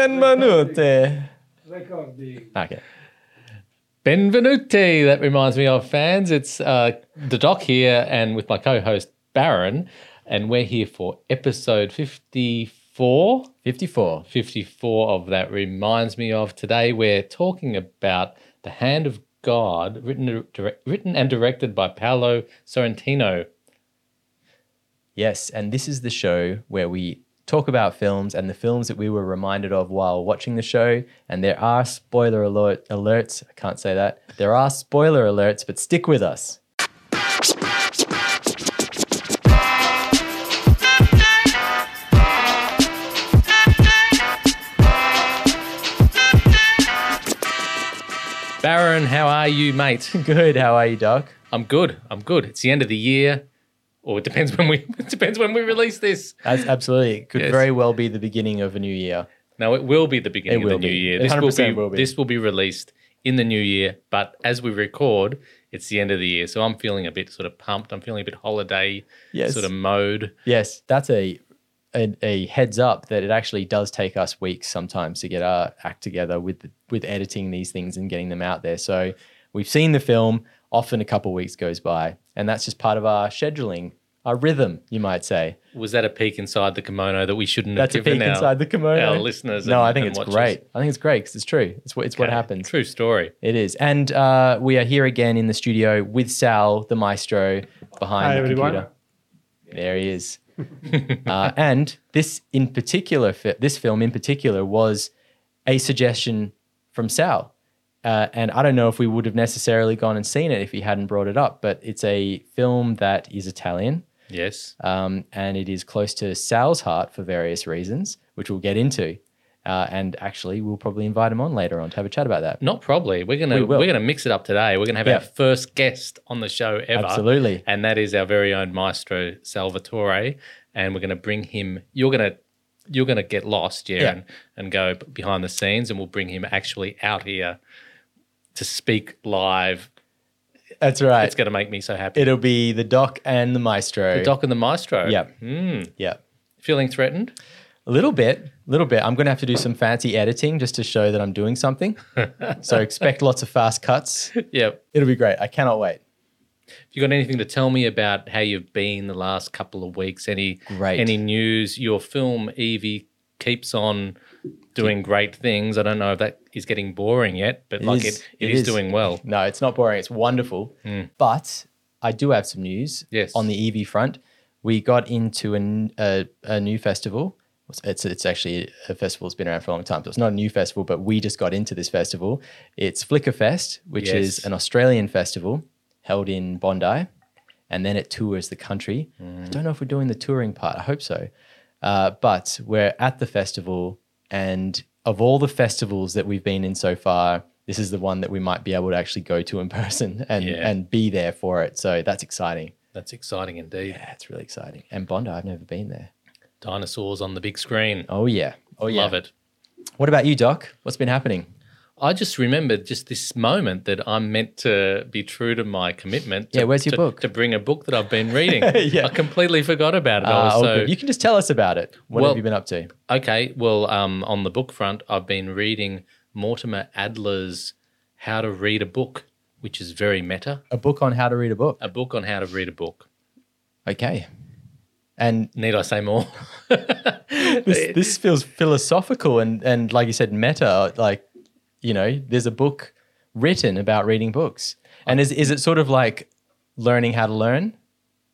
Benvenute. Ricordi. Okay. Ah, Benvenuti. That reminds me of fans. It's uh, the doc here, and with my co-host Baron, and we're here for episode fifty-four. 54. 54 of that reminds me of today we're talking about the hand of god written direct, written and directed by paolo sorrentino Yes, and this is the show where we talk about films and the films that we were reminded of while watching the show. And there are spoiler alert alerts. I can't say that. There are spoiler alerts, but stick with us. baron how are you mate Good. How are you, Doc? i'm good i'm good it's the end of the year or it depends when we it depends when we release this That's absolutely. It could Yes. very well be the beginning of a new year. now it will be the beginning It of the will new be. year It this will be, 100% will be. this will be released in the new year but as we record it's the end of the year so i'm feeling a bit sort of pumped i'm feeling a bit holiday Yes. sort of mode Yes, that's a, a a heads up that it actually does take us weeks sometimes to get our act together with with editing these things and getting them out there. So we've seen the film. Often a couple weeks goes by, and that's just part of our scheduling, our rhythm, you might say. Was that a peek inside the kimono that we shouldn't That's a have given peek our, inside the kimono. our listeners? no, and- I think and it's watchers? great. I think it's great because it's true. It's what it's what Okay. happens. True story. It is, and uh, we are here again in the studio with Sal, the maestro behind Hi, the everyone. computer. There he is. uh, and this in particular, fi- this film in particular, was a suggestion from Sal. Uh, and I don't know if we would have necessarily gone and seen it if he hadn't brought it up, but it's a film that is Italian Yes. um, and it is close to Sal's heart for various reasons, which we'll get into. Uh, and actually, we'll probably invite him on later on to have a chat about that. Not probably. We're gonna We we will. are gonna mix it up today. We're gonna have Yeah. our first guest on the show ever. Absolutely. And that is our very own maestro Salvatore. And we're gonna bring him you're gonna you're gonna get lost, yeah, Yeah. And, and go b- behind the scenes and we'll bring him actually out here to speak live. That's right. It's gonna make me so happy. It'll be the doc and the maestro. the Doc and the Maestro. Yeah. Hmm. Yeah. Feeling threatened? A little bit, little bit. I'm going to have to do some fancy editing just to show that I'm doing something. so expect lots of fast cuts. Yeah. It'll be great. I cannot wait. you got anything to tell me about how you've been the last couple of weeks? Any Great. any news? Your film Evie keeps on doing great things. I don't know if that is getting boring yet, but like is. it, It it is, is. doing well. No, it's not boring. It's wonderful. But I do have some news Hmm. Yes. on the EV front. We got into an, a, a new festival. It's, it's actually a festival that's been around for a long time. So it's not a new festival, but we just got into this festival. It's Flickerfest, which Yes. is an Australian festival held in Bondi. And then it tours the country. Mm. I don't know if we're doing the touring part. I hope so. Uh, but we're at the festival, and of all the festivals that we've been in so far, this is the one that we might be able to actually go to in person and Yeah. and be there for it. So that's exciting. That's exciting indeed. Yeah, it's really exciting. And Bondi, I've never been there. Dinosaurs on the big screen. Oh yeah, oh yeah. Love it. What about you, Doc? What's been happening? I just remembered just this moment that I'm meant to be true to my commitment. To, Yeah, where's your to- book? To bring a book that I've been reading. Yeah. I completely forgot about it. I Uh, was oh, so good. You can just tell us about it. What Well- have you been up to? Okay, well, um, on the book front, I've been reading Mortimer Adler's How to Read a Book, which is very meta. A book on how to read a book. A book on how to read a book. Okay. And Need I say more? this, this feels philosophical and and like you said, meta. Like you know, there's a book written about reading books. And is is it sort of like learning how to learn?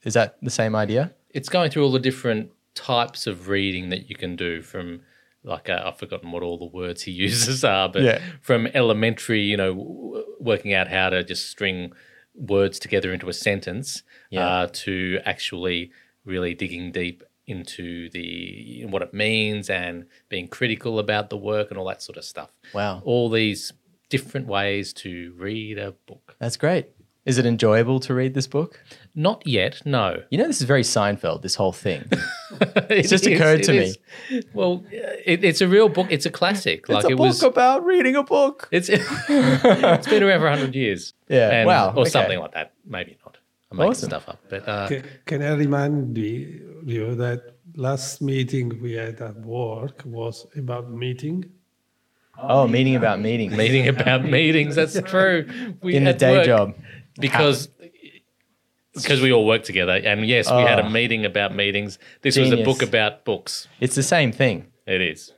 Is that the same idea? it's going through all the different types of reading that you can do from like uh, I've forgotten what all the words he uses are, but Yeah. from elementary, you know, w- working out how to just string words together into a sentence, Yeah. uh, to actually really digging deep into the what it means and being critical about the work and all that sort of stuff. Wow. All these different ways to read a book. That's great. Is it enjoyable to read this book? Not yet, no. You know, this is very Seinfeld, this whole thing. It just occurred to me. me. Well, it, it's a real book. It's a classic. Like it's a it book was. about reading a book. It's it's been around for hundred years. Yeah, And- wow, Or okay. something like that. Maybe not. I I'm making Awesome. stuff up. But uh, Ca- Can I remind the- you that last meeting we had at work was about meeting? Oh, meeting about meetings. meeting about meetings. That's true. We in the had day work job. because because we all work together. And yes, we had a meeting about meetings. This was a Ah. Genius. book about books. It's the same thing. It is.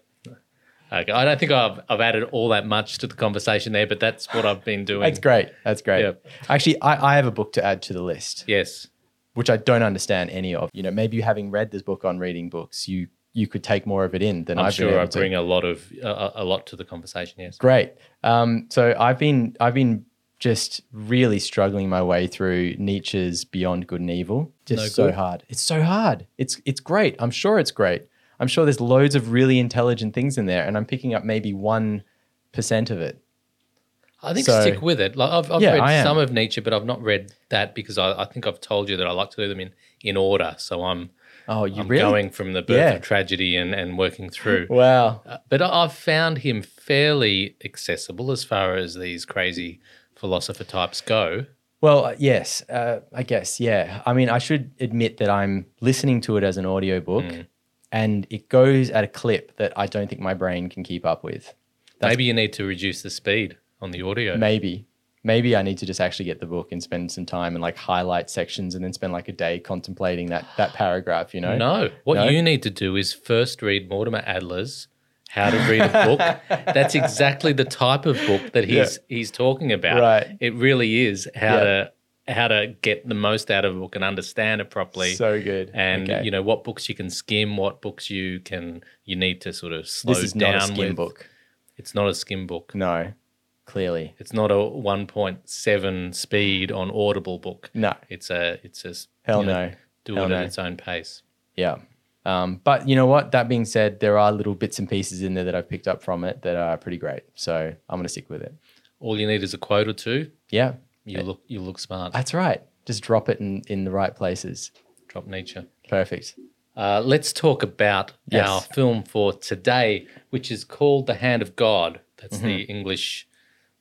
Okay. I don't think I've I've added all that much to the conversation there, but that's what I've been doing. That's great. That's great. Yep. Actually, I, I have a book to add to the list, Yes. which I don't understand any of. You know, maybe you having read this book on reading books, you you could take more of it in than I'm have been sure able I to. bring a lot of a, a lot to the conversation. Yes. Great. Um, so I've been I've been just really struggling my way through Nietzsche's Beyond Good and Evil. Just No so good? hard. It's so hard. It's it's great. I'm sure it's great. I'm sure there's loads of really intelligent things in there, and I'm picking up maybe one percent of it. I think So- stick with it. Like I've, I've Yeah, I read am. some of Nietzsche, but I've not read that because I, I think I've told you that I like to do them in, in order. So I'm Oh, you I'm really? going from the birth Yeah. of tragedy and, and working through. Wow. Uh, but I- I've found him fairly accessible as far as these crazy philosopher types go. Well, uh, yes, uh, I guess, yeah. I mean, I should admit that I'm listening to it as an audiobook Mm. and it goes at a clip that I don't think my brain can keep up with. That's- Maybe you need to reduce the speed on the audio. Maybe, maybe I need to just actually get the book and spend some time and like highlight sections and then spend like a day contemplating that, that paragraph, you know? No. What No? you need to do is first read Mortimer Adler's How to Read a Book. That's exactly the type of book that he's he's talking about. Right. It really is how Yeah. to how to get the most out of a book and understand it properly. So good. and Okay. you know what books you can skim, what books you can you need to sort of slow this is down not a skin with. book. It's not a skim book. No, clearly. It's not a 1.7 speed on Audible book. No. It's a it's a Hell you know, no. Do Hell it no. at its own pace. Yeah. Um, but you know what? That being said, there are little bits and pieces in there that I've picked up from it that are pretty great. So I'm going to stick with it. All you need is a quote or two. Yeah. You look you look smart. That's right. Just drop it in, in the right places. Drop Nietzsche. Perfect. Uh, let's talk about Yes. our film for today, which is called The Hand of God. That's the Mm-hmm. English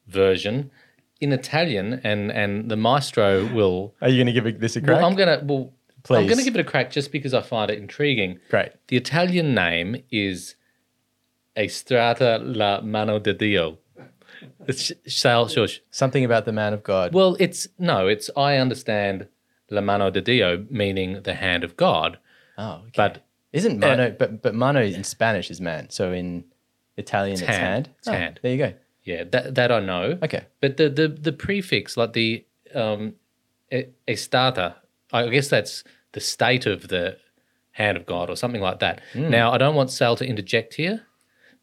version. In Italian, and and the maestro will. Are you going to give this a Well, I'm gonna. Well, I'm Please. gonna give it a crack just because I find it intriguing. Great. The Italian name is Estrata la Mano de Dio. It's Sal Shush. Something about the man of God. Well, it's no, it's I understand la Mano de Dio meaning the hand of God, oh, okay. but uh, isn't mano? but but mano in Spanish is man. So in Italian, it's, hand. hand. Oh, It's hand. There you go. yeah, that that I know. Okay. But the the the prefix like the um e- Estrata, I guess that's the state of the hand of God or something like that. Hmm. Now, I don't want Sal to interject here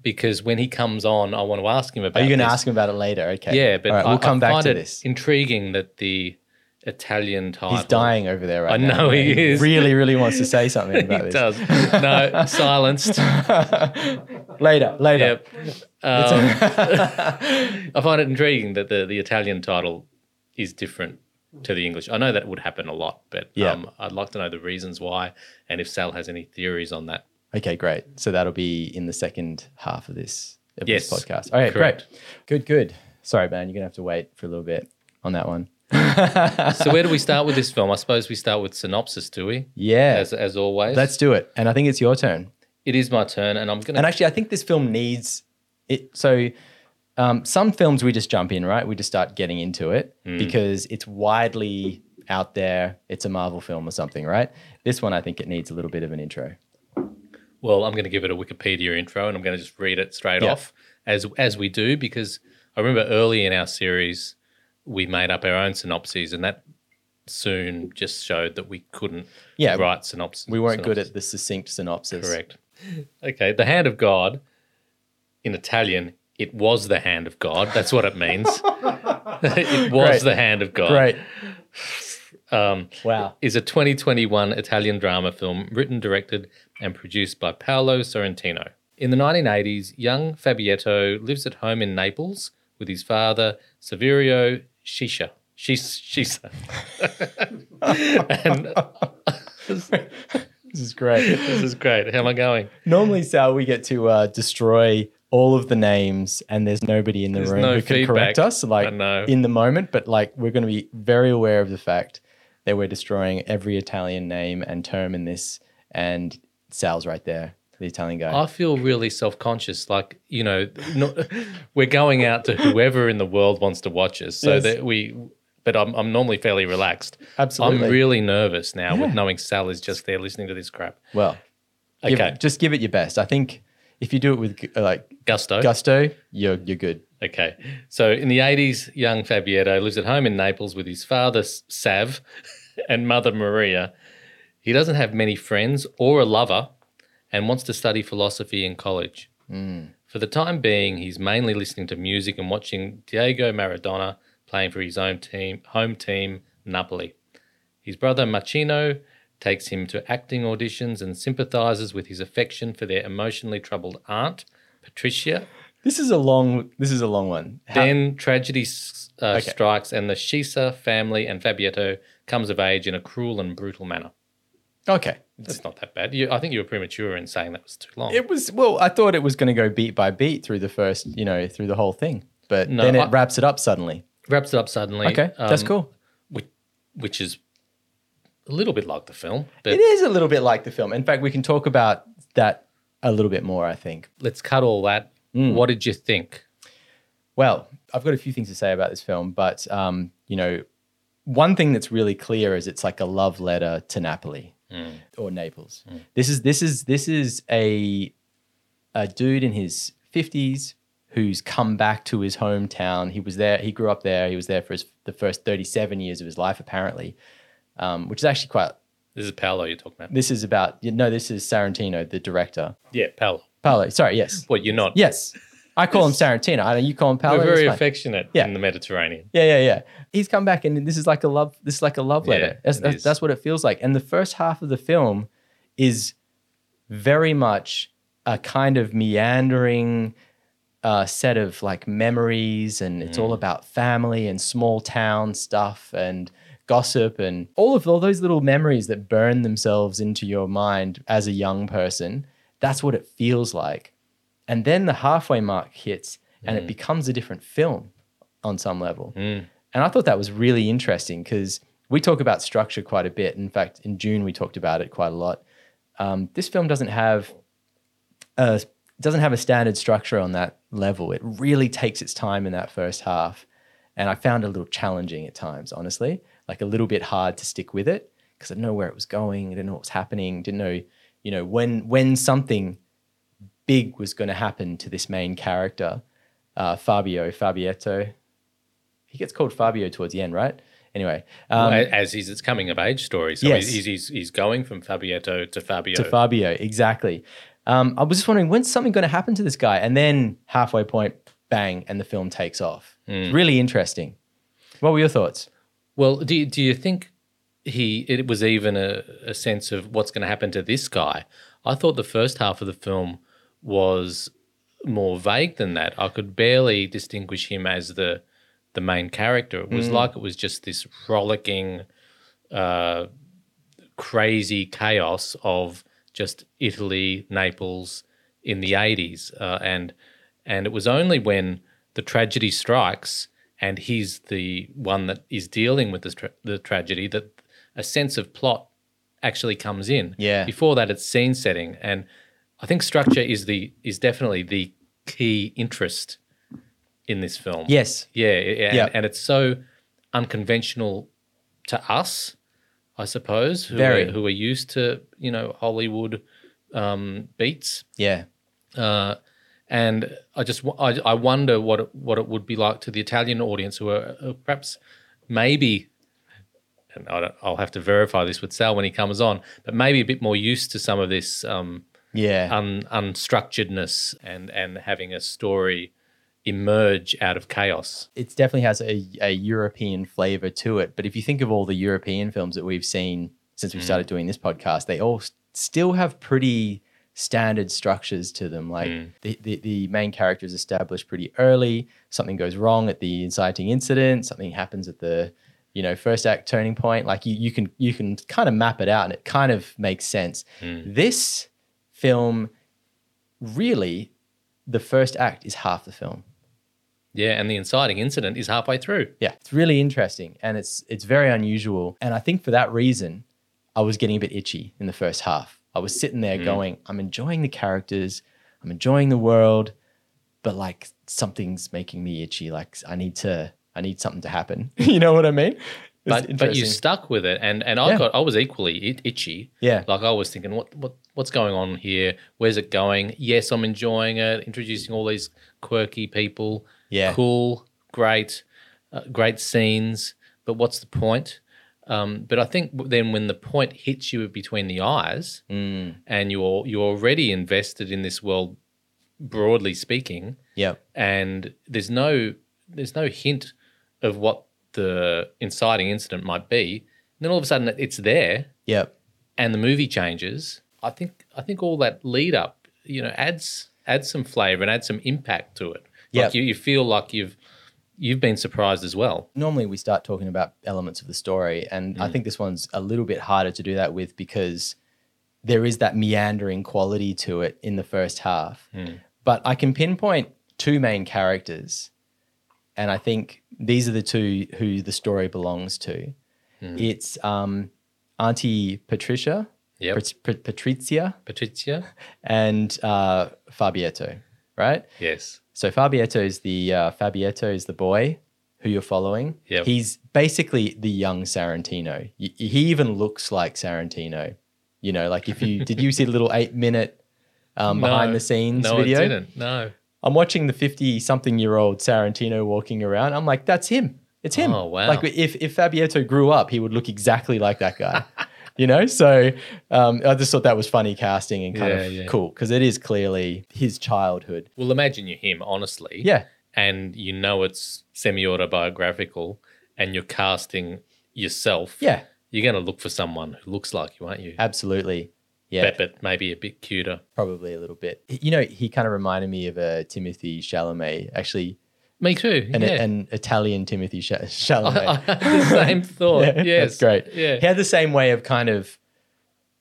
because when he comes on, I want to ask him about Are you going to this. ask him about it later? Okay. Yeah, but All right, I, we'll come I back find to it this. Intriguing that the Italian title. He's dying over there right I now. know he is. Really, really wants to say something He about this. does. No, silenced. Later, later. Yep. Um, I find it intriguing that the, the Italian title is different to the English. I know that would happen a lot, but Yeah. um, I'd like to know the reasons why and if Sal has any theories on that. Okay, great. So that'll be in the second half of this, of Yes, this podcast. All right, correct. great. Good, good. Sorry, man. You're going to have to wait for a little bit on that one. So where do we start with this film? I suppose we start with synopsis, do we? Yeah. As, as always. let's do it. And I think it's your turn. it is my turn and I'm going And to... actually, I think this film needs it. So, um, some films we just jump in, right? We just start getting into it Mm. because it's widely out there. It's a Marvel film or something, right? This one, I think it needs a little bit of an intro. Well, I'm going to give it a Wikipedia intro and I'm going to just read it straight Yeah. off as as we do because I remember early in our series we made up our own synopses and that soon just showed that we couldn't Yeah, write synopses. We weren't good at the succinct synopsis. correct. Okay, the hand of God in Italian it was the hand of God. That's what it means. it was Great. the hand of God. Great. um, wow. Is a 2021 Italian drama film written, directed, and produced by Paolo Sorrentino. In the 1980s, young Fabietto lives at home in Naples with his father, Severio Shisha. Shis- Shisa. and This is great. this is great. How am I going? Normally, Sal, we get to uh, destroy all of the names, and there's nobody in the There's room no who can correct feedback. us, like I know. in the moment. But like, we're going to be very aware of the fact They were destroying every Italian name and term in this, and Sal's right there, the Italian guy. I feel really self conscious. Like, you know, not, we're going out to whoever in the world wants to watch us. So Yes. that we, but I'm, I'm normally fairly relaxed. Absolutely. I'm really nervous now with Yeah. knowing Sal is just there listening to this crap. well, give- Okay. just give it your best. I think if you do it with uh, like Gusto. gusto, you're you're good. Okay. So in the 80s, young Fabietto lives at home in Naples with his father, S- Sav, and mother, Maria. He doesn't have many friends or a lover and wants to study philosophy in college. For the time being, he's mainly listening to music and watching Diego Maradona playing for his own team, home team, Napoli. His brother, Machino, takes him to acting auditions and sympathizes with his affection for their emotionally troubled aunt, Patricia, This is a long. This is a long one. How- then tragedy s- uh, Okay. strikes, and the Shisa family and Fabietto comes of age in a cruel and brutal manner. okay. It's not that bad. You, I think you were premature in saying that was too long. It was well. I thought it was going to go beat by beat through the first, you know, through the whole thing. But No, then it I- wraps it up suddenly. Wraps it up suddenly. Okay, that's um, cool. Which, which is a little bit like the film, but It is a little bit like the film. In fact, we can talk about that a little bit more. I think. let's cut all that. Mm. What did you think? Well, I've got a few things to say about this film, but um, you know, one thing that's really clear is it's like a love letter to Napoli Mm. or Naples. This is this is this is a a dude in his fifties who's come back to his hometown. He was there. He grew up there. He was there for his, the first thirty-seven years of his life, apparently, um, which is actually quite. This is Paolo you're talking about. This is about no. This is Sarantino, the director. Yeah, Paolo. Paolo, sorry, yes, What, you're not? yes. I call him Sarantino. I don't. You call him Paolo. We're that's very fine. affectionate Yeah. in the Mediterranean. Yeah, yeah, yeah. He's come back, and this is like a love. This is like a love Yeah, letter. that's, it that's, is. that's what it feels like. And the first half of the film is very much a kind of meandering uh, set of like memories, and it's Mm. all about family and small town stuff and gossip and all of all those little memories that burn themselves into your mind as a young person. That's what it feels like. And then the halfway mark hits, and it becomes a different film on some level. And I thought that was really interesting because we talk about structure quite a bit. In fact, in June we talked about it quite a lot. Um, this film doesn't have a doesn't have a standard structure on that level. It really takes its time in that first half, and I found it a little challenging at times, honestly. Like a little bit hard to stick with it because I didn't know where it was going. I didn't know what was happening. Didn't know, you know, when when something big was going to happen to this main character, uh, Fabio Fabietto. He gets called Fabio towards the end, right? Anyway, um, Well, as he's it's coming of age story. So Yes. he's, he's, he's going from Fabietto to Fabio. to Fabio, exactly. Um, I was just wondering when's something going to happen to this guy, and then halfway point, bang, and the film takes off. It's Really interesting. What were your thoughts? Well, do you, do you think he it was even a, a sense of what's going to happen to this guy? I thought the first half of the film was more vague than that. I could barely distinguish him as the the main character. It was like it was just this rollicking, uh, crazy chaos of just Italy, Naples in the eighties, uh, and and it was only when the tragedy strikes and he's the one that is dealing with this tra- the tragedy that a sense of plot actually comes in. Yeah. Before that, it's scene setting, and I think structure is the is definitely the key interest in this film. Yes, Yeah, yeah, and, Yeah. and it's so unconventional to us, I suppose, who Very. are, who are used to you know Hollywood um, beats. yeah, Uh, and I just wo- I, I wonder what it, what it would be like to the Italian audience who are uh, perhaps maybe and I don't, I'll have to verify this with Sal when he comes on, but maybe a bit more used to some of this um, yeah, un, unstructuredness and and having a story emerge out of chaos. it definitely has a, a European flavor to it. But if you think of all the European films that we've seen since we started doing this podcast, they all s- still have pretty standard structures to them. Like the, the, the main character is established pretty early. Something goes wrong at the inciting incident. Something happens at the you know first act turning point. Like you you can you can kind of map it out, and it kind of makes sense. This film really, the first act is half the film Yeah, and the inciting incident is halfway through. Yeah, it's really interesting and it's it's very unusual. And I think for that reason, I was getting a bit itchy in the first half. I was sitting there Mm. going, I'm enjoying the characters, I'm enjoying the world, but like something's making me itchy. Like I need to I need something to happen. you know what I mean? It's But but you interesting. stuck with it, and and I Yeah. got I was equally it, itchy. Yeah. like I was thinking, what what what's going on here? Where's it going? Yes, I'm enjoying it. Introducing all these quirky people. Yeah. cool, great, uh, great scenes. But what's the point? Um, but I think then when the point hits you between the eyes, Mm. and you're you're already invested in this world, broadly speaking, yeah. and there's no there's no hint of what the inciting incident might be. And then all of a sudden it- it's there, Yeah. and the movie changes. I think I think all that lead up, you know, adds adds some flavor and adds some impact to it. Yeah. Like you, you feel like you've you've been surprised as well. normally we start talking about elements of the story and i think this one's a little bit harder to do that with because there is that meandering quality to it in the first half but i can pinpoint two main characters and i think these are the two who the story belongs to it's um, auntie patricia Yep. Pat- Pat- patricia Patricia, and uh, fabietto right yes, so Fabietto is the uh, Fabietto is the boy who you're following. Yep. He's basically the young Sarantino. Y- he even looks like Sarantino. You know, like if you did you see the little eight minute um, No. behind the scenes no, video? I didn't. No, I'm watching the 50 something year old Sarantino walking around. I'm like, that's him. It's him. Oh, wow. Like if, if Fabietto grew up, he would look exactly like that guy, you know? So um, I just thought that was funny casting and kind Yeah, of yeah. cool because it is clearly his childhood. well, imagine you're him, honestly. Yeah. and you know it's semi autobiographical, and you're casting yourself. Yeah. you're going to look for someone who looks like you, aren't you? Absolutely. Uh, Yeah. But but maybe a bit cuter. probably a little bit. You know, he kind of reminded me of a Timothy Chalamet, actually, Me too. an, yeah. an Italian Timothy Ch- Chalamet. I had the same thought. Yeah, yes, that's great. Yeah, he had the same way of kind of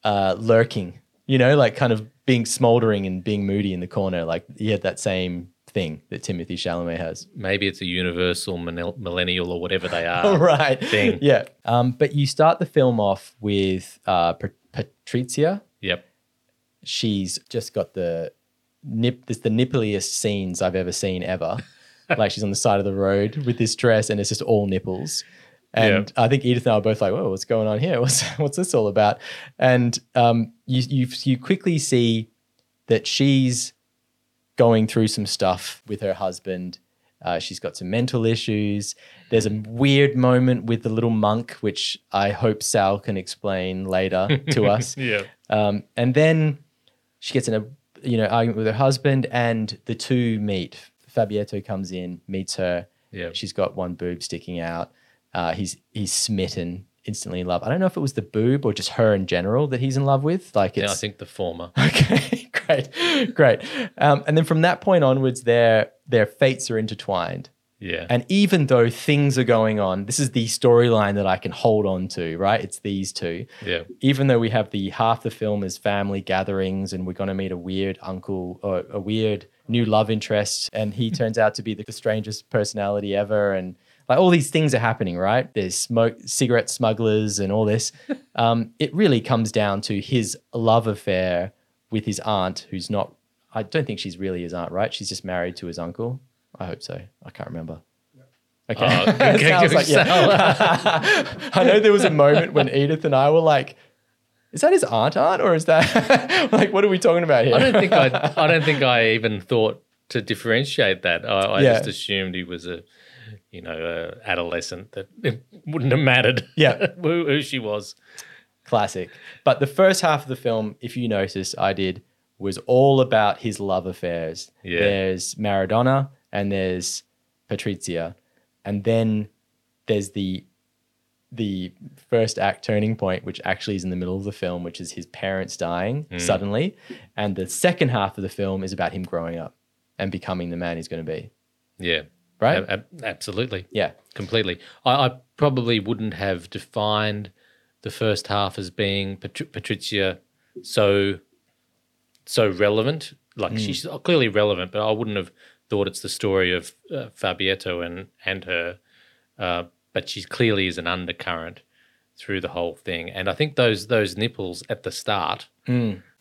uh, lurking, you know, like kind of being smoldering and being moody in the corner. Like he had that same thing that Timothy Chalamet has. maybe it's a universal millenn- millennial or whatever they All are. right. Ah, thing. Yeah. Um, but you start the film off with uh, Pat- Patrizia. yep. she's just got the nip this the nippliest scenes I've ever seen ever. like she's on the side of the road with this dress and it's just all nipples. And I think Edith and I were both like, "Whoa, what's going on here? What's what's this all about?" And um, you you you quickly see that she's going through some stuff with her husband. Uh, she's got some mental issues. There's a weird moment with the little monk, which I hope Sal can explain later to us. Yeah. Um, and then she gets in a you know argument with her husband, and the two meet. Fabietto comes in, meets her. Yeah. she's got one boob sticking out. Uh, he's he's smitten, instantly in love. I don't know if it was the boob or just her in general that he's in love with. Like Yeah, I it's think the former. okay, great, great. Um, and then from that point onwards, their their fates are intertwined. Yeah. And even though things are going on, this is the storyline that I can hold on to, right? It's these two yeah. even though we have the half the film is family gatherings and we're going to meet a weird uncle or a weird new love interest and he turns out to be the, the strangest personality ever and like all these things are happening right there's smoke cigarette smugglers and all this um, it really comes down to his love affair with his aunt who's not i don't think she's really his aunt right she's just married to his uncle i hope so i can't remember okay Oh, okay, Sounds like- yeah. Sal. I know there was a moment when Edith and I were like, is that his aunt aunt or is that like what are we talking about here? I don't think I. I don't think I even thought to differentiate that. I, I Yeah. just assumed he was a, you know, a adolescent that it wouldn't have mattered. Yeah. who, who she was. classic. But the first half of the film, if you notice, I did was all about his love affairs. Yeah. There's Maradona and there's Patrizia, and then there's the the first act turning point, which actually is in the middle of the film, which is his parents dying Hmm. suddenly, and the second half of the film is about him growing up and becoming the man he's going to be. Yeah. Right? A- a- absolutely. Yeah. Completely. I, I probably wouldn't have defined the first half as being Patri- Patricia so so relevant. Like she's clearly relevant, but I wouldn't have thought it's the story of uh, Fabietto and and her, uh, but she clearly is an undercurrent through the whole thing. And I think those those nipples at the start,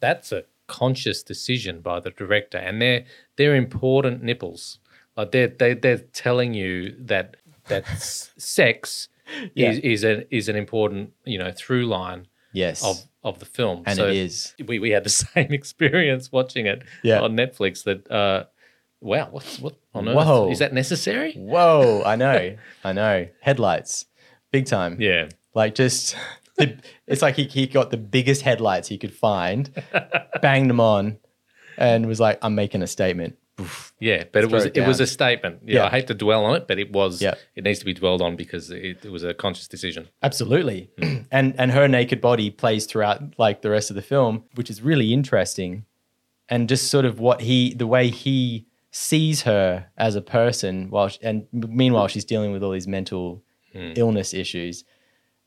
that's a conscious decision by the director, and they're they're important nipples. Like they're they, they're telling you that that s- sex Yeah. is is an is an important you know through line Yes. of of the film. and So- it is. we, we had the same experience watching it Yeah. on Netflix that uh wow what's what on earth Whoa. is that necessary? Whoa, I know. I know. Headlights. Big time. Yeah. Like just it's like he, he got the biggest headlights he could find, banged them on, and was like, I'm making a statement. Yeah, but it throw was it it, was down. a statement. Yeah, Yeah. I hate to dwell on it, but it was Yeah. it needs to be dwelled on because it, it was a conscious decision. Absolutely. and and her naked body plays throughout like the rest of the film, which is really interesting. And just sort of what he the way he sees her as a person while she, and meanwhile she's dealing with all these mental illness issues.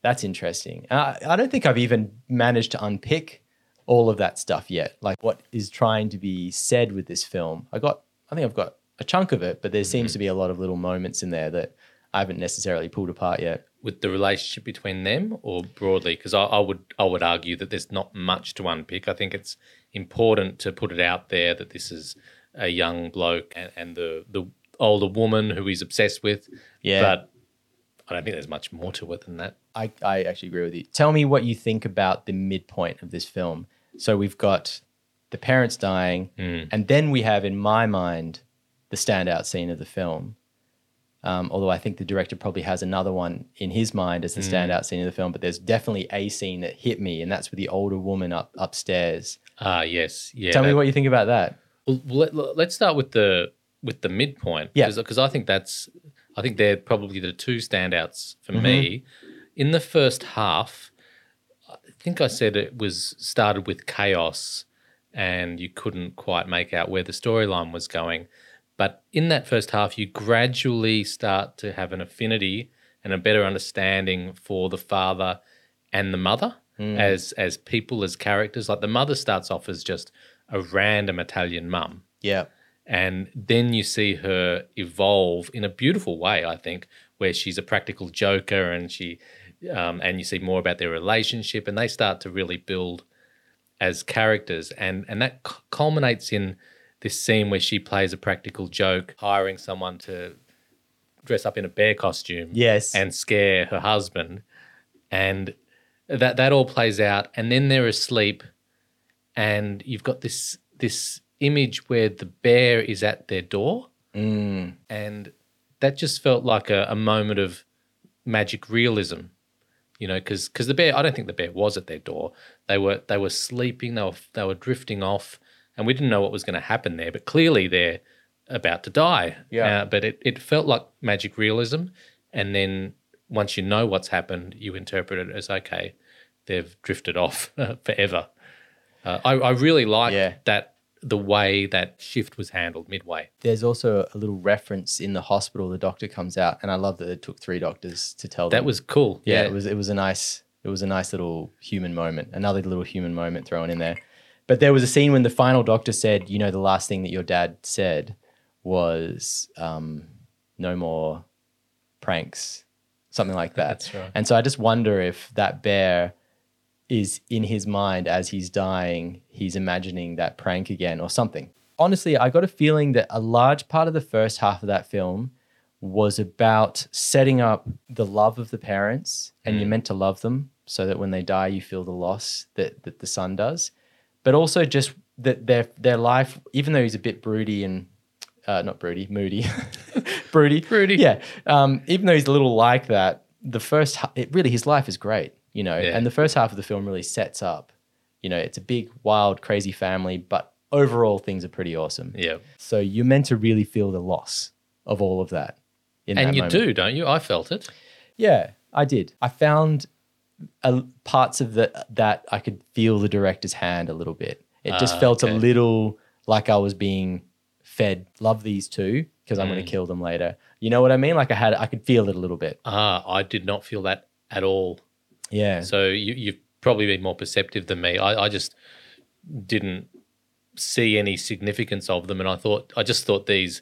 That's interesting. And I, I don't think I've even managed to unpick all of that stuff yet. Like what is trying to be said with this film. I got I think I've got a chunk of it, but there seems to be a lot of little moments in there that I haven't necessarily pulled apart yet. With the relationship between them or broadly, because I, I would I would argue that there's not much to unpick. I think it's important to put it out there that this is a young bloke and, and the the older woman who he's obsessed with. Yeah. But I don't think there's much more to it than that. I, I actually agree with you. Tell me what you think about the midpoint of this film. So we've got the parents dying, Hmm. and then we have, in my mind, the standout scene of the film. Um, although I think the director probably has another one in his mind as the Hmm. standout scene of the film, but there's definitely a scene that hit me, and that's with the older woman up upstairs. Ah, yes, yeah. Tell me that- what you think about that. Well, let, let's start with the with the midpoint. Yeah. because I think that's I think they're probably the two standouts Mm-hmm. for me. In the first half, I think I said it was started with chaos, and you couldn't quite make out where the storyline was going. But in that first half, you gradually start to have an affinity and a better understanding for the father and the mother as as people as characters. Like the mother starts off as just a random Italian mum, Yeah, and then you see her evolve in a beautiful way. I think where she's a practical joker, and she um, and you see more about their relationship, and they start to really build as characters, and and that cu- culminates in this scene where she plays a practical joke, hiring someone to dress up in a bear costume, Yes. and scare her husband, and that that all plays out, and then they're asleep, and you've got this this image where the bear is at their door, and that just felt like a, a moment of magic realism you know because the bear i don't think the bear was at their door they were they were sleeping they were they were drifting off and we didn't know what was going to happen there but clearly they're about to die Yeah. Uh, but it, it felt like magic realism and then once you know what's happened you interpret it as okay they've drifted off forever uh, I, I really liked Yeah. that the way that shift was handled midway there's also a little reference in the hospital. The doctor comes out, and I love that it took three doctors to tell them. that was cool yeah, it was it was a nice it was a nice little human moment another little human moment thrown in there but there was a scene when the final doctor said you know the last thing that your dad said was um, no more pranks something like that That's right. and so i just wonder if that bear is in his mind as he's dying he's imagining that prank again or something honestly i got a feeling that a large part of the first half of that film was about setting up the love of the parents and Hmm. you're meant to love them so that when they die you feel the loss that, that the son does but also just that their their life even though he's a bit broody and uh, not broody moody broody Broody. yeah um, even though he's a little like that the first ha- it really his life is great you know Yeah. and the first half of the film really sets up you know it's a big wild crazy family but overall things are pretty awesome yeah so you're meant to really feel the loss of all of that. In and that you moment. do don't you i felt it Yeah, I did. I found uh, parts of the, that I could feel the director's hand a little bit. It just Ah, felt okay. a little like I was being fed, love these two because I'm going Mm. to kill them later. You know what I mean? Like I had, I could feel it a little bit. Ah, I did not feel that at all. Yeah. So you, you've probably been more perceptive than me. I, I just didn't see any significance of them, and I thought I just thought these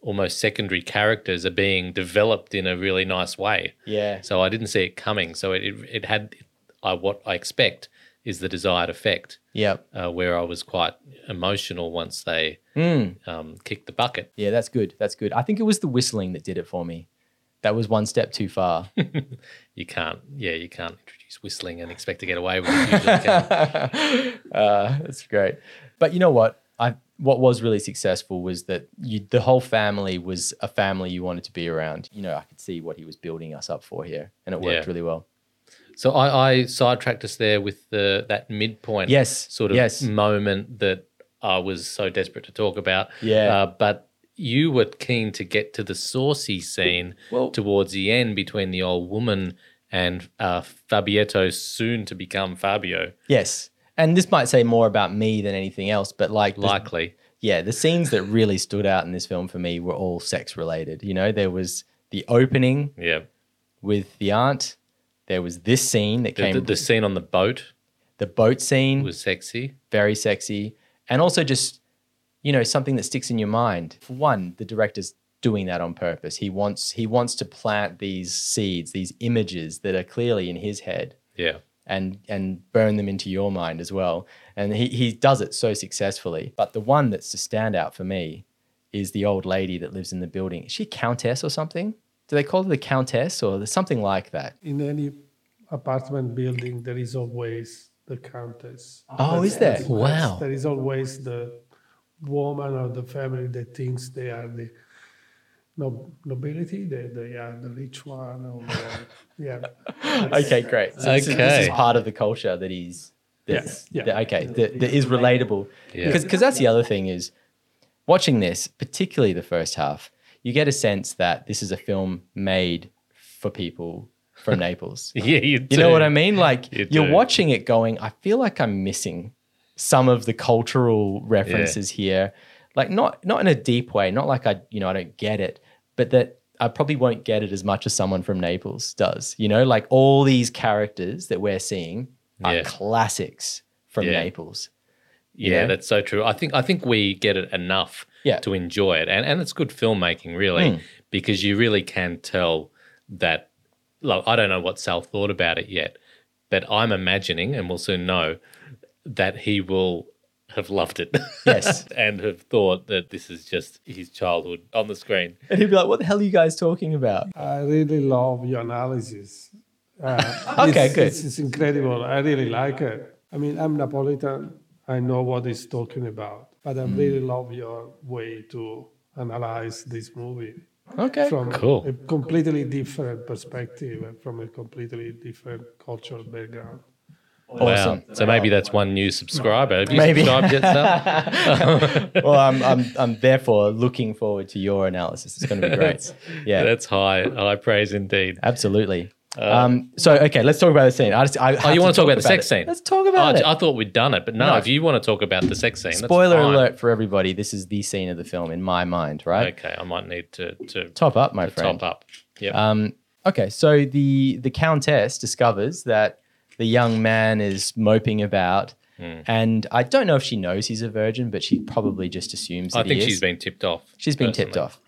almost secondary characters are being developed in a really nice way. Yeah. So I didn't see it coming. So it, it, it had I, what I expect is the desired effect, Yep. uh, where I was quite emotional once they um, kicked the bucket. Yeah, that's good. That's good. I think it was the whistling that did it for me. That was one step too far. You can't, yeah, you can't introduce whistling and expect to get away with it. You just can't. uh, that's great. But you know what? I what was really successful was that you, the whole family was a family you wanted to be around. You know, I could see what he was building us up for here, and it worked Yeah. really well. so I, I sidetracked us there with the that midpoint, Yes, sort of yes. moment that I was so desperate to talk about. Yeah. uh, but you were keen to get to the saucy scene Well- towards the end between the old woman and uh, Fabietto, soon to become Fabio, Yes, and this might say more about me than anything else, but like, the- likely. yeah, the scenes that really stood out in this film for me were all sex related. You know, there was the opening Yeah, with the aunt. There was this scene that the, came the, the scene on the boat the boat scene was sexy. very sexy and also just you know something that sticks in your mind for one the director's doing that on purpose he wants he wants to plant these seeds these images that are clearly in his head Yeah. and and burn them into your mind as well and he, he does it so successfully but the one that's a standout for me is the old lady that lives in the building is she a countess or something do they call her the countess or something like that In any apartment building, there is always the countess. Oh, is there? that's- Wow. There is always the woman or the family that thinks they are the no, nobility, they, they are the rich one. Or the, yeah. okay, great. So This, is, this is Okay. part of the culture that is that's, Yeah, yeah. that- okay that, that is relatable Yeah. because that's the other thing is watching this, particularly the first half, you get a sense that this is a film made for people from Naples. Yeah, you, You know what I mean? Like You you are do. watching it going, I feel like I'm missing some of the cultural references here. Like not not in a deep way, not like I, you know, I don't get it, but that I probably won't get it as much as someone from Naples does. You know, like all these characters that we're seeing are Yeah. classics from Yeah. Naples. Yeah, Yeah. that's so true. I think I think we get it enough Yeah. Hmm. to enjoy it, and and it's good filmmaking, really, because you really can tell that. Look, I don't know what Sal thought about it yet, but I'm imagining, and we'll soon know, that he will have loved it. Yes. and have thought that this is just his childhood on the screen. And he'd be like, What the hell are you guys talking about? I really love your analysis. Uh, Okay, it's, good. It's, it's incredible. I really like it. I mean, I'm Napolitan. I know what he's talking about, but I really love your way to analyze this movie Okay. from Cool. a completely different perspective and from a completely different cultural background. Awesome. Wow. So maybe that's one new subscriber. Have you Maybe. subscribed yet, Sal? well, I'm, I'm, I'm therefore looking forward to your analysis. It's going to be great. Yeah. That's high, high praise indeed. Absolutely. um, so okay, let's talk about the scene. I just, I Uh, Oh, have you want to talk about the it. sex scene? Let's talk about Oh, it. I thought we'd done it, but no, No. if you want to talk about the sex scene, that's Spoiler fine. alert for everybody. This is the scene of the film in my mind, right? Okay, I might need to to Top up, my friend. top up. Yep. Um, okay, so the the countess discovers that the young man is moping about, Hmm. and I don't know if she knows he's a virgin, but she probably just assumes. That I think he is. she's been tipped off. She's been tipped personally. off.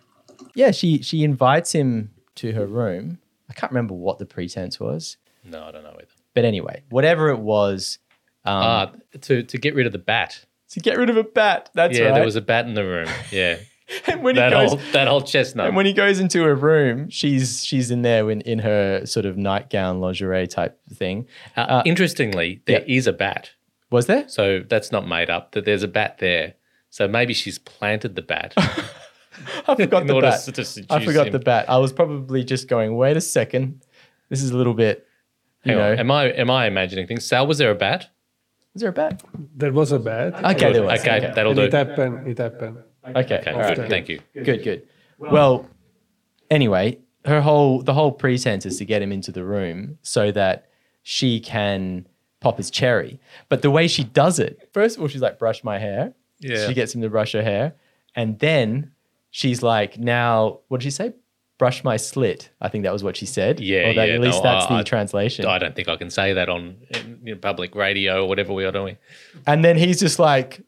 Yeah, she she invites him to her room. I can't remember what the pretense was, No, I don't know either. but anyway, whatever it was, Ah, to to get rid of the bat. to get rid of a bat. That's Yeah, right. there was a bat in the room. Yeah, and when he that goes, old that old chestnut. and when he goes into her room, she's she's in there in, in her sort of nightgown lingerie type thing. Uh, interestingly, there is a bat, Was there? so that's not made up. That there's a bat there. So maybe she's planted the bat. I forgot In the order bat. to seduce I forgot him. the bat. I was probably just going. Wait a second, this is a little bit. You Hang know, on, am I am I imagining things? Sal, was there a bat? is there a bat? There was a bad. Okay, there was. Okay, that'll and do. it Okay, happened. It happened. okay. all right. good. Thank you. good good well anyway her whole the whole pretense is to get him into the room so that she can pop his cherry but the way she does it first of all she's like brush my hair Yeah. she gets him to brush her hair and then she's like now what did she say brush my slit i think that was what she said Yeah, or that, yeah, at least no, that's I- the I- translation I don't think I can say that on you know, public radio or whatever we are doing. and then he's just like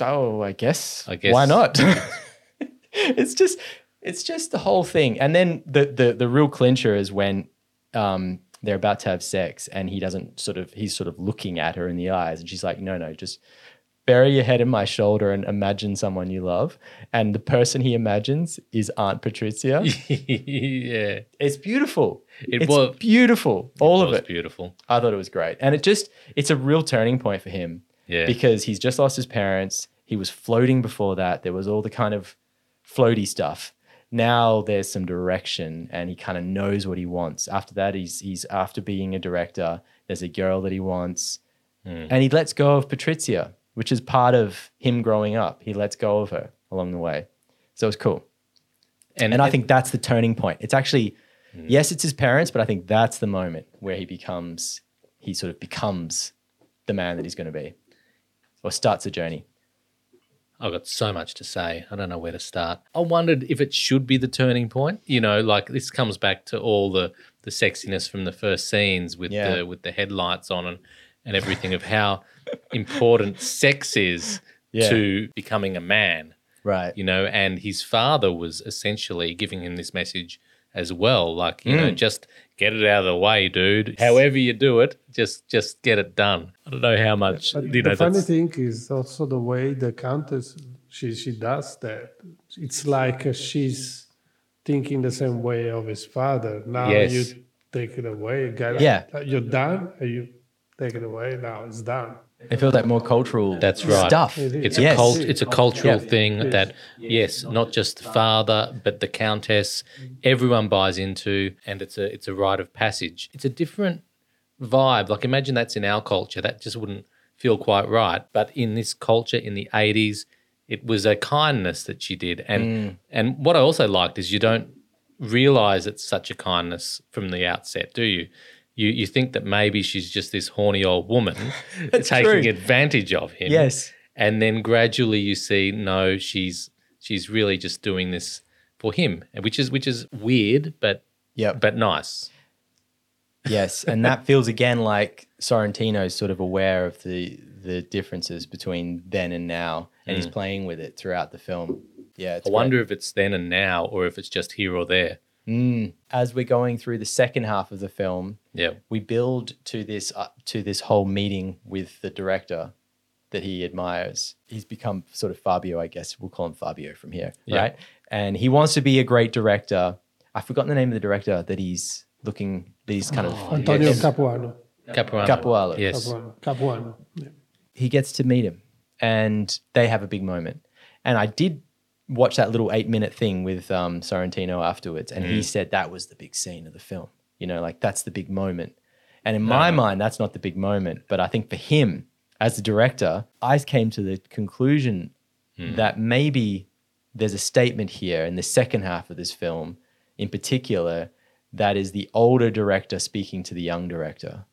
oh i guess I guess. why not it's just it's just the whole thing. And then the the the real clincher is when um they're about to have sex and he doesn't sort of he's sort of looking at her in the eyes and she's like, "No, no, just bury your head in my shoulder and imagine someone you love." And the person he imagines is Aunt Patricia. yeah, it's beautiful. It it's was- beautiful. All of was it. beautiful. I thought it was great. And it just, it's a real turning point for him Yeah, because he's just lost his parents. He was floating before that. There was all the kind of floaty stuff. Now there's some direction and he kind of knows what he wants. After that, he's, he's after being a director, there's a girl that he wants. And he lets go of Patrizia, which is part of him growing up. He lets go of her along the way. So it was cool. And, I it- think that's the turning point. It's actually, yes, it's his parents, but I think that's the moment where he becomes, he sort of becomes the man that he's going to be or starts a journey. I've got so much to say. I don't know where to start. I wondered if it should be the turning point. You know, like this comes back to all the the sexiness from the first scenes with Yeah. the with the headlights on and and everything of how important sex is Yeah. to becoming a man. Right. You know, and his father was essentially giving him this message as well. Like, you know, just get it out of the way, dude. However you do it, just just get it done. I don't know how much But you know the funny that's- thing is also the way the countess she she does that. It's like uh, she's thinking the same way of his father. Now Yes. you take it away, get Yeah. You're done. and You take it away. Now it's done. It feels like more cultural That's right. stuff. It is. It's Yes. a cult. It's a cultural Yeah. thing that yes, not just the father, but the countess, everyone buys into, and it's a it's a rite of passage. It's a different vibe. Like imagine that's in our culture. That just wouldn't feel quite right. But in this culture, in the eighties, it was a kindness that she did, and and what I also liked is you don't realize it's such a kindness from the outset, do you? You, you think that maybe she's just this horny old woman taking true. advantage of him Yes. and then gradually you see no she's she's really just doing this for him which is which is weird but Yep. but nice yes. And that feels again like Sorrentino's sort of aware of the, the differences between then and now. And he's playing with it throughout the film. Yeah. It's i great. wonder if it's then and now or if it's just here or there Mm. As we're going through the second half of the film, yeah we build to this uh, to this whole meeting with the director that he admires. He's become sort of Fabio, I guess we'll call him Fabio from here, Yeah. right? And he wants to be a great director. I've forgotten the name of the director that he's looking. That he's kind of Antonio Yes. Capuano. capuano Capuano. yes Capuano. Capuano. Yeah. he gets to meet him, and they have a big moment. And I did watch that little eight minute thing with um, Sorrentino afterwards, and he said that was the big scene of the film. You know, like that's the big moment. And in my mind, that's not the big moment. But I think for him, as the director, I came to the conclusion that maybe there's a statement here in the second half of this film, in particular, that is the older director speaking to the young director.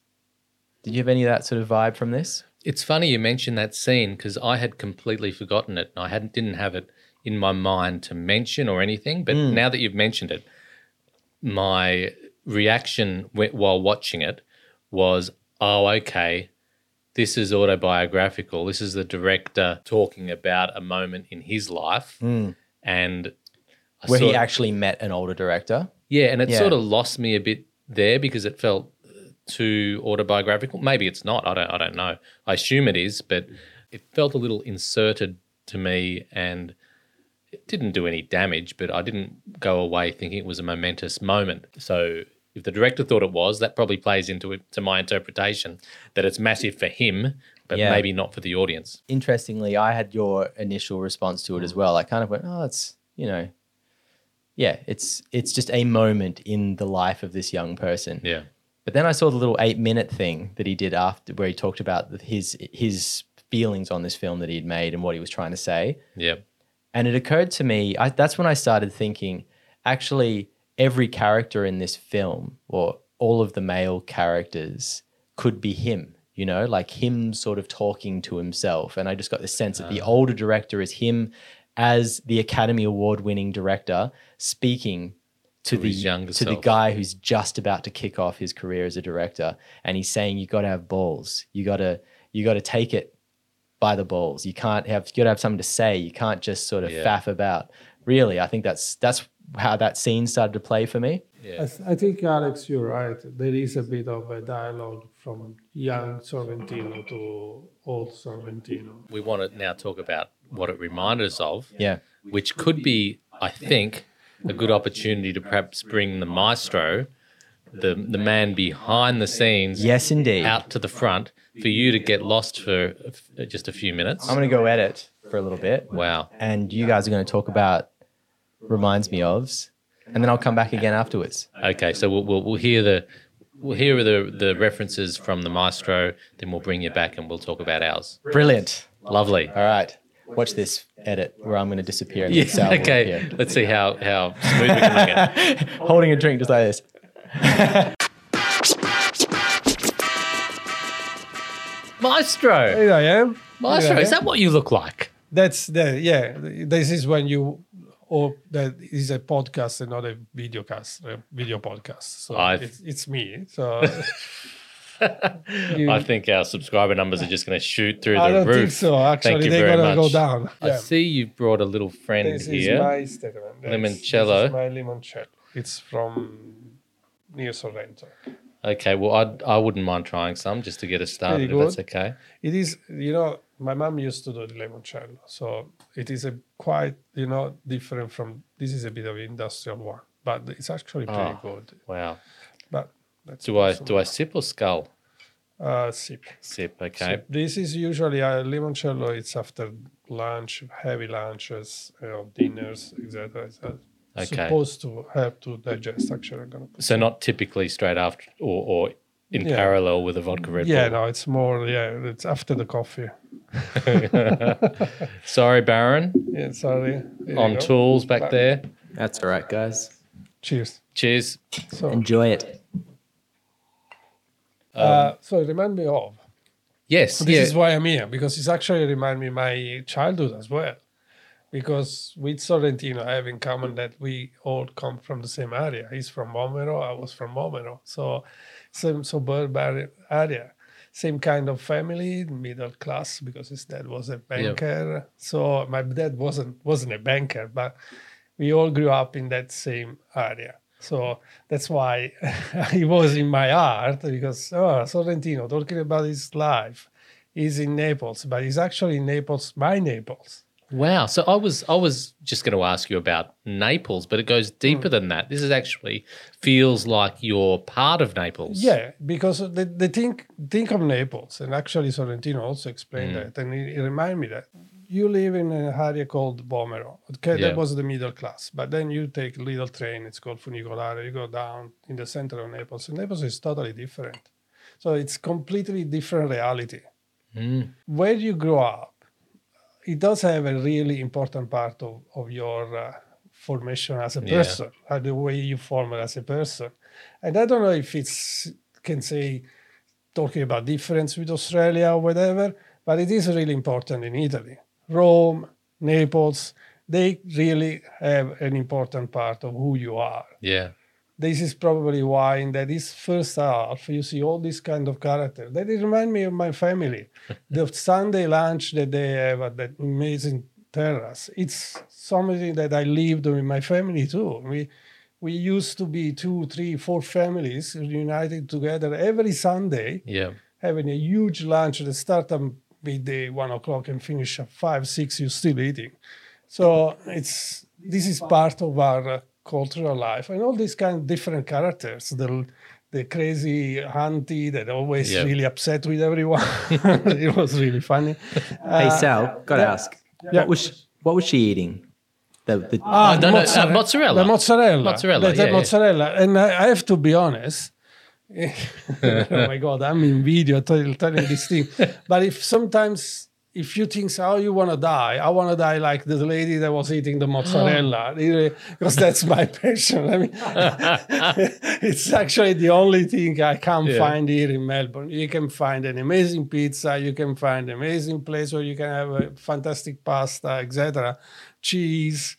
Did you have any of that sort of vibe from this? it's funny you mentioned that scene because i had completely forgotten it i hadn't didn't have it in my mind to mention or anything but Hmm. now that you've mentioned it my reaction wh- while watching it was, oh, okay, this is autobiographical. This is the director talking about a moment in his life. And I Hmm. where he sort- actually met an older director. yeah, and it yeah. sort of lost me a bit there because it felt uh, too autobiographical. Maybe it's not. I don't. I don't know. I assume it is, but it felt a little inserted to me, and it didn't do any damage. But I didn't go away thinking it was a momentous moment. So. If the director thought it was, that probably plays into it to my interpretation that it's massive for him, but Yeah. maybe not for the audience. Interestingly, I had your initial response to it as well. I kind of went, "Oh, it's you know, yeah, it's it's just a moment in the life of this young person." Yeah, But then I saw the little eight minute thing that he did after, where he talked about the- his his feelings on this film that he had made and what he was trying to say. yeah, And it occurred to me, I, that's when I started thinking actually, every character in this film or all of the male characters could be him, you know, like him sort of talking to himself. And I just got the sense that the Uh-huh. older director is him as the Academy Award winning director speaking. To, the his younger to the self. guy who's just about to kick off his career as a director, and he's saying you got to have balls, you got to you got to take it by the balls. You can't have you got to have something to say. You can't just sort of Yeah. faff about. Really, I think that's that's how that scene started to play for me. I, th- I think Alex, you're right. There is a bit of a dialogue from young Sorrentino to old Sorrentino. we want to now talk about what it reminded us of, Yeah. which could be, I think, a good opportunity to perhaps bring the maestro, the the man behind the scenes, Yes, indeed. out to the front for you to get lost for uh, just a few minutes. I'm gonna go edit for a little bit, wow. and you guys are gonna talk about reminds me ofs, and then I'll come back again afterwards. Okay, so we'll we'll, we'll hear the. We'll hear the, the references from the maestro, then we'll bring you back and we'll talk about ours. Brilliant. Lovely. All right. Watch this edit where I'm gonna disappear. And Yeah, then Sal will okay, appear. let's see how, how smooth we can make it. Holding a drink just like this. Maestro! Here I am. Maestro, Yeah. is that what you look like? That's the yeah. This is when you or that is a podcast and not a video cast, a video podcast. So I've- it's, it's me. So I think our subscriber numbers are just going to shoot through the I don't roof. think so. Actually, Thank you they're very gonna much. go down. I Yeah. see you've brought a little friend This here. is my Instagram. That's- Limoncello. This is my limoncello. It's from near Sorrento. Okay, well, I'd, I wouldn't mind trying some just to get us started, if Very that's good. okay. It is, you know, my mom used to do the limoncello, so it is a quite, you know, different from. This is a bit of industrial one, but it's actually pretty Ah. good. Wow. But that's Do I do I sip or skull? Uh, sip. Sip. Okay. Sip. This is usually a limoncello. It's after lunch, heavy lunches, you know, dinners, etc. It's uh, Okay. Supposed to help to digest. Actually, I'm gonna. Put So not typically straight after or, or in Yeah. parallel with a vodka Red yeah, Bull. no, it's more. Yeah, it's after the coffee. Sorry, Baron. Yeah, sorry. Here on you go. tools back Back. there. That's all right, guys. Cheers. Cheers. So, Enjoy it. uh, um, so remind me of. Yes. This yeah. is why I'm here because it's actually remind me my childhood as well. Because with Sorrentino, I have in common that we all come from the same area. He's from Momero, I was from Momero, so same suburban area, same kind of family, middle class because his dad was a banker. So my dad wasn't wasn't a banker, but we all grew up in that same area. So that's why it was in my heart because oh, Sorrentino talking about his life. He's in Naples, but he's actually in Naples, my Naples. Wow. So I was I was just going to ask you about Naples, but it goes Hmm. deeper than that. This is actually feels like you're part of Naples. Yeah, because they, they think think of Naples, and actually Sorrentino also explained that, and it, it reminded me that you live in an area called Bomero. Okay, Yeah. that was the middle class, but then you take a little train. It's called funicolare. You go down in the center of Naples, and Naples is totally different. So it's completely different reality. Where you grow up, it does have a really important part of, of your uh, formation as a Yeah. person, uh, the way you form as a person. And I don't know if it's can say talking about difference with Australia or whatever, but it is really important in Italy. Rome, Naples, they really have an important part of who you are Yeah. this is probably why in that this first half you see all this kind of character that it remind me of my family the sunday lunch that they have at that amazing terrace it's something that i lived with my family too we we used to be two three four families united together every sunday Yeah. having a huge lunch that start at midday, one o'clock, and finish at five, six. You're still eating. So it's this is part of our uh, cultural life, and all these kind of different characters. The the crazy auntie that always Yeah. really upset with everyone. it was really funny. Hey Sal, gotta ask. yeah. What was she, what was she eating? The, the Ah, no, no, uh, mozzare- mozzarella. The mozzarella. Mozzarella, The, the yeah, yeah. mozzarella. And I, I have to be honest. oh my God, I'm in video tell, telling this thing. but if sometimes, if you think, how you want to die, I want to die like the lady that was eating the mozzarella, really, because that's my passion. I mean, it's actually the only thing I can Yeah. find here in Melbourne. You can find an amazing pizza, you can find amazing place where you can have a fantastic pasta, etc., cheese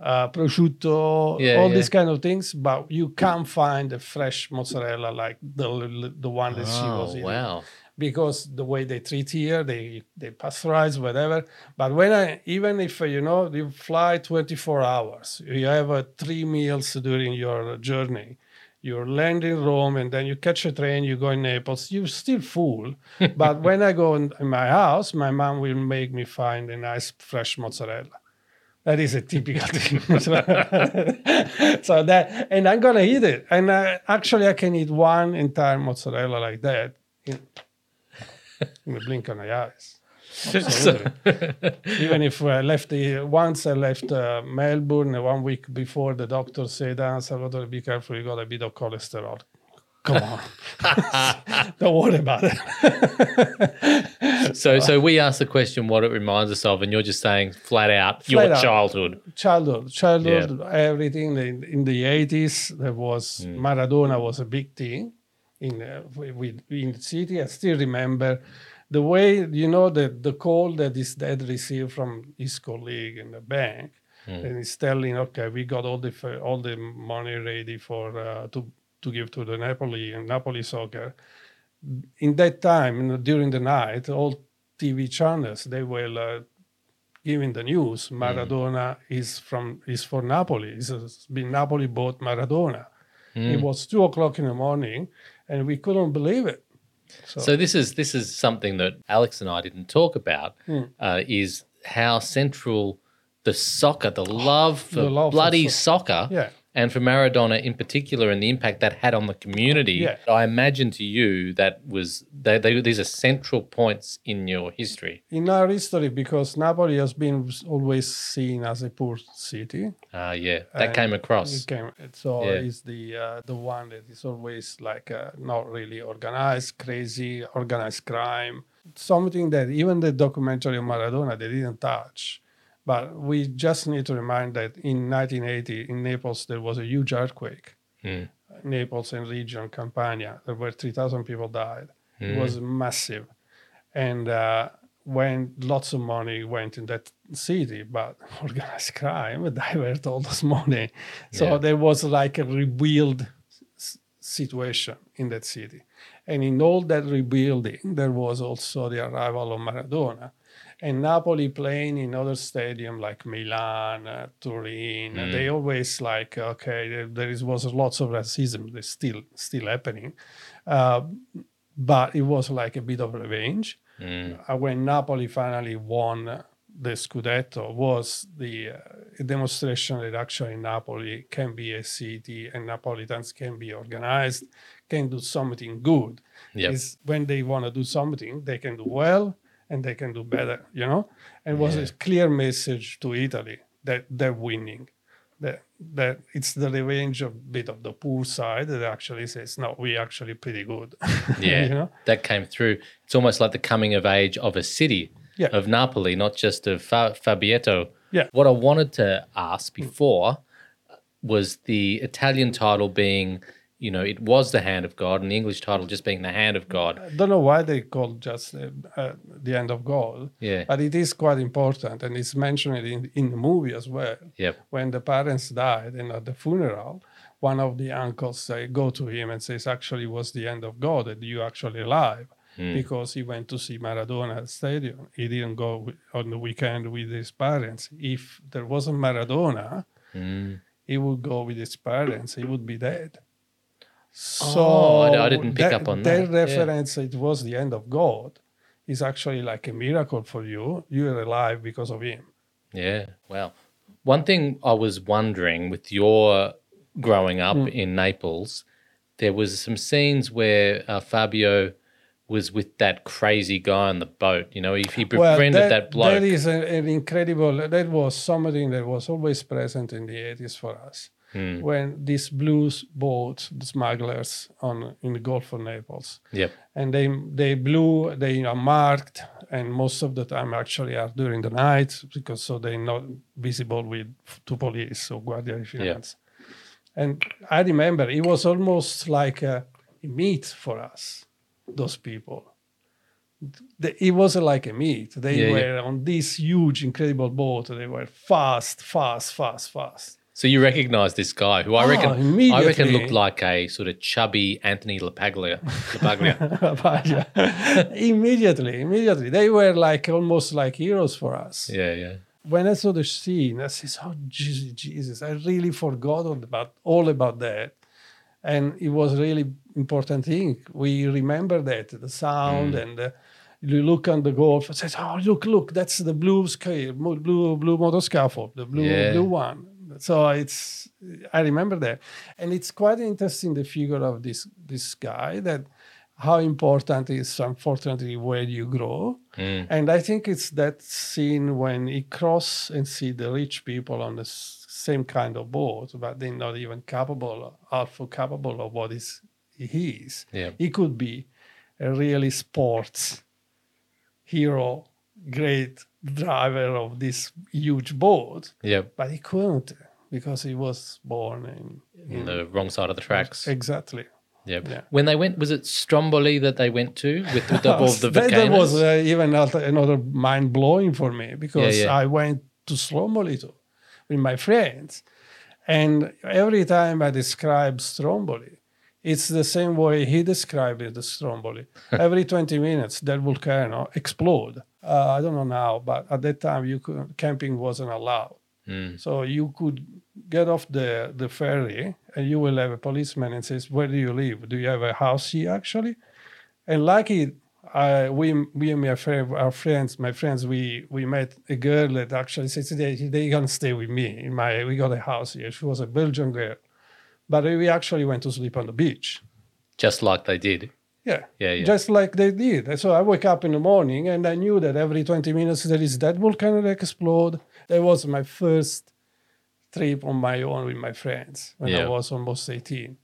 uh, prosciutto, Yeah, all yeah. these kind of things, but you can't find a fresh mozzarella like the the one that she Oh was eating. wow. because the way they treat here, they they pasteurize whatever. But when I even if uh, you know you fly 24 hours, you have uh, three meals during your journey. You land in Rome and then you catch a train, you go in Naples, you're still full. but when I go in, in my house, my mom will make me find a nice fresh mozzarella. That is a typical thing. so that, and I'm gonna eat it. And I, actually, I can eat one entire mozzarella like that in, in the blink of my eyes. Absolutely. Even if I left the once I left uh, Melbourne uh, one week before, the doctor said, "Ah, Salvatore, be careful. You got a bit of cholesterol. Come on, don't worry about it." So, so we asked the question what it reminds us of, and you're just saying flat out your out. childhood. childhood, childhood, everything in, in the eighties. There was Maradona was a big thing in uh, wi- with in the city. I still remember the way you know the the call that his dad received from his colleague in the bank, and he's telling, okay, we got all the f- all the money ready for uh, to to give to the Napoli uh, Napoli soccer. In that time, you know, during the night, all TV channels they will. Uh, giving the news Maradona is from is for Napoli. It's uh, been Napoli bought Maradona. It was two o'clock in the morning, and we couldn't believe it. So this is this is something that Alex and I didn't talk about Hmm. uh, is how central the soccer, the love for Oh, The love for bloody soc- soccer, Yeah. and for Maradona in particular, and the impact that had on the community. Yeah. I imagine to you that was they, they, these are central points in your history. In our history, because Napoli has been always seen as a poor city, Ah, yeah, that And came across. it came- so Yeah. it's the uh, the one that is always like uh, not really organized, crazy, organized crime. Something that even the documentary on Maradona they didn't touch. But we just need to remind that in 1980 in Naples there was a huge earthquake. Naples and region Campania, there were 3,000 people died. It was massive, and uh, when lots of money went in that city, but organized crime divert all this money, so Yeah. there was like a rebuild s- situation in that city, and in all that rebuilding, there was also the arrival of Maradona. And Napoli playing in other stadium like Milan, uh, Turin, they always like okay, there, there is, was lots of racism. There's still still happening, Uh, but it was like a bit of revenge. Uh, when Napoli finally won the Scudetto, was the uh, demonstration that actually Napoli can be a city and Napolitans can be organized, can do something good. Yep. It's when they want to do something, they can do well and they can do better, you know. And was a clear message to Italy that they're winning. That, that it's the revenge of bit of the poor side that actually says no we're actually pretty good Yeah, you know? that came through. It's almost like the coming of age of a city Yeah. of Napoli, not just of Fa- Fabietto. Yeah. What I wanted to ask before was the Italian title being, you know, it was the hand of God, and the English title just being the hand of God. I don't know why they call just uh, uh, the end of God, Yeah. but it is quite important, and it's mentioned in, in the movie as well. Yep. When the parents died, and at the funeral, one of the uncles uh, go to him and says, "Actually, it was the end of God that you actually alive." Hmm. Because he went to see Maradona at stadium, he didn't go wi- on the weekend with his parents. If there wasn't Maradona, Hmm. he would go with his parents. He would be dead. So Oh, I- I didn't pick up on that. Their Yeah. reference, it was the end of God, is actually like a miracle for you. You are alive because of him. Yeah. Wow. One thing I was wondering with your growing up Mm. in Naples, there was some scenes where uh, Fabio was with that crazy guy on the boat. You know, if he befriended that, bloke. That is a- an incredible. That was something that was always present in the eighties for us. Hmm. When these blues boat the smugglers on in the Gulf of Naples, Yep. and they they blew they are marked and most of the time actually are during the night because so they're not visible with to police or guardia di finanza and i remember it was almost like a, a meat for us those people The- it was like a meat they Yeah, yeah. were on this huge incredible boat they were fast fast fast fast So you recognise this guy who I reckon I reckon Ah, immediately. looked like a sort of chubby Anthony Lapaglia. Lapaglia. Paja. immediately, immediately. They were like almost like heroes for us. yeah, yeah. When I saw the scene, I said, oh, Jesus, Jesus, I really forgot all about, all about that. And it was really important thing. We remember that, the sound and uh, you look on the golf and says, oh, look, look, that's the blue sky, mo- blue, blue motor scaffold, the blue, Yeah. blue one. So it's, I remember that. And it's quite interesting, the figure of this, this guy that how important is unfortunately where you grow. And I think it's that scene when he cross and see the rich people on the s- same kind of boat, but they're not even capable, half capable of what is he is. Yeah. He could be a really sports hero, great driver of this huge boat, Yep. but he couldn't because he was born in, On the wrong side of the tracks. exactly. Yep. yeah. When they went, was it Stromboli that they went to with, with the, all the that, that volcanoes? was uh, even not- another mind blowing for me because yeah. I went to Stromboli too with my friends, and every time I describe Stromboli, it's the same way he described it, the Stromboli. every twenty minutes, that volcano explode. Uh, I don't know now, but at that time, you could camping wasn't allowed. Hmm. So you could get off the, the ferry and you will have a policeman and says, where do you live? Do you have a house here actually? And lucky, I, we, we and my friend, our friends, my friends, we, we met a girl that actually said, they, they gonna stay with me. In my, we got a house here. She was a Belgian girl, but we actually went to sleep on the beach. just like they did. Yeah. Yeah, yeah. Just like they did. And So I wake up in the morning and I knew that every 20 minutes there is that volcano that explode. That was my first trip on my own with my friends when Yeah. I was almost 18.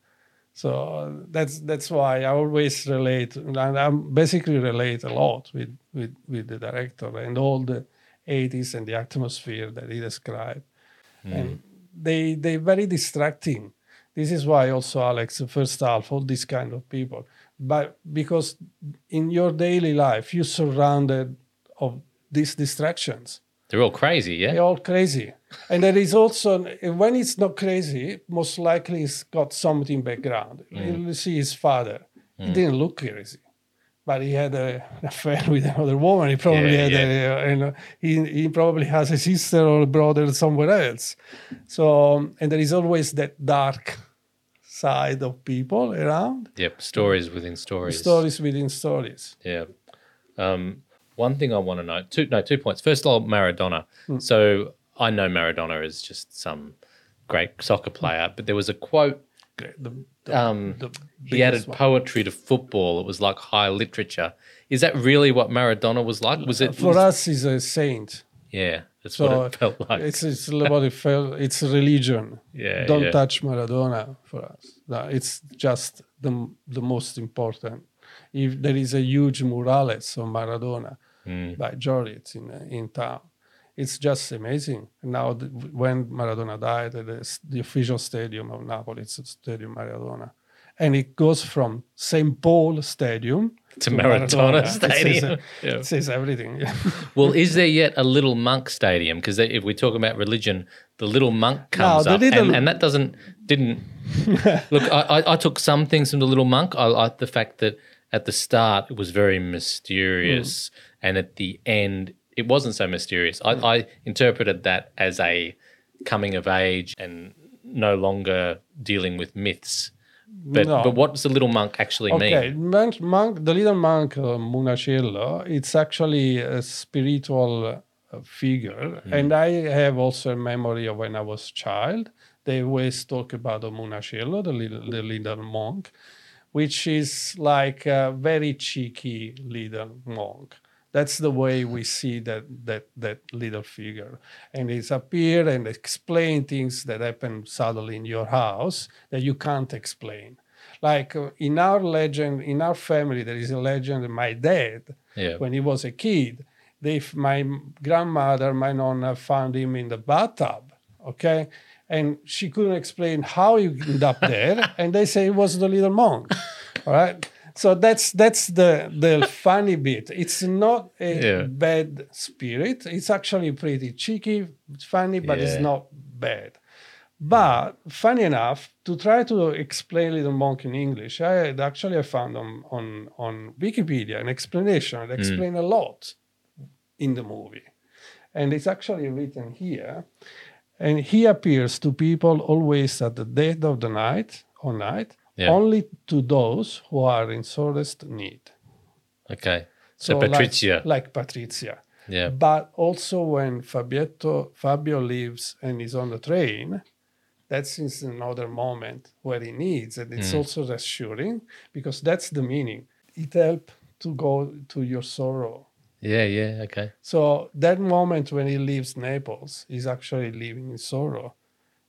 So that's that's why I always relate and I'm basically relate a lot with, with, with the director and all the 80s and the atmosphere that he described and they they very distracting. This is why also Alex, the first half, all these kind of people, but because in your daily life you're surrounded of these distractions. They're all crazy, yeah? They're all crazy, and there is also when it's not crazy, most likely it's got something background. Mm. You see his father; he didn't look crazy. But he had a, an affair with another woman. He probably Yeah, had a, you know, he, he probably has a sister or a brother somewhere else. So, um, and there is always that dark side of people around. Yep. Stories within stories. Stories within stories. Yeah. Um, one thing I want to know, two no, two points. First of all, Maradona. Hmm. So I know Maradona is just some great soccer player, but there was a quote. The- Um, the he biggest added one. poetry to football. It was like high literature. Is that really what Maradona was like? Was it? For us, he's a saint. yeah, that's So what it felt like. it's it's what it felt. It's religion. Yeah, Don't yeah. touch Maradona for us. No, It's just the the most important. If there is a huge murales on Maradona Hmm. by Jorrit in in town, it's just amazing. Now th- when Maradona died, the, s- the official stadium of Napoli is Stadium Maradona. And it goes from St. Paul Stadium To Maradona It says, Stadium. Yeah. it says everything. well, is there yet a little monk stadium? Because if we talk about religion, the little monk comes the up, and, little- and that doesn't didn't look. I, I, I took some things from the little monk. I like the fact that at the start it was very mysterious, Hmm. and at the end it wasn't so mysterious. I, I interpreted that as a coming of age and no longer dealing with myths. But No. but what does the little monk actually Okay, mean? monk, monk, the little monk uh, Munacello, it's actually a spiritual uh, figure, and I have also a memory of when I was child. They always talk about the Munacello, the little, the little monk, which is like a very cheeky little monk. That's the way we see that that that little figure, and it's appear and explain things that happen suddenly in your house that you can't explain. Like uh, in our legend, in our family, there is a legend. My dad, Yeah. when he was a kid, they, f- my m- grandmother, my nonna, found him in the bathtub. Okay. And she couldn't explain how he ended up there. and they say it was the little monk. All right. So that's that's the the funny bit. It's not a Yeah. bad spirit. It's actually pretty cheeky, funny, but it's Yeah. not bad. But funny enough, to try to explain Little Monk in English, I had actually I found on on, on Wikipedia an explanation Hmm. that explained a lot in the movie, and it's actually written here. And he appears to people always at the dead of the night or night, Yeah. only to those who are in sorest need. Okay. So, like- Patricia. like Patrizia yeah. but also when Fabietto Fabio leaves and is on the train, that's is another moment where he needs, and Mm. it's also reassuring because that's the meaning. It helps to go to your sorrow. Yeah. Yeah. Okay. So that moment when he leaves Naples, he's actually leaving in sorrow,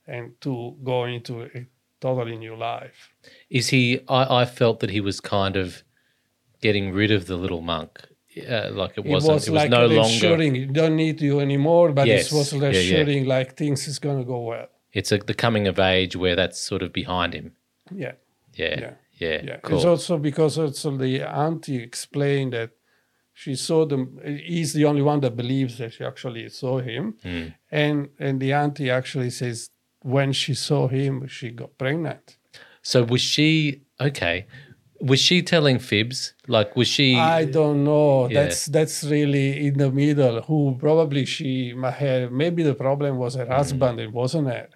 and to go into a totally new life. Is he? I, I felt that he was kind of getting rid of the little monk. Uh, like it wasn't. It was, like no longer. reassuring. You don't need you anymore, but Yes. it was Yeah, yeah. reassuring. Like things is gonna go well. It's a, the coming of age where that's sort of behind him. Yeah. Yeah. Yeah. Yeah. Yeah, Cool. it's also because also the auntie explained that she saw them. He's the only one that believes that she actually saw him, Hmm. and and the auntie actually says when she saw him, she got pregnant. so was she okay? Was she telling fibs? Like was she? I don't know. Yeah. That's that's really in the middle. Who probably she might have. Maybe the problem was her Hmm. husband. It wasn't her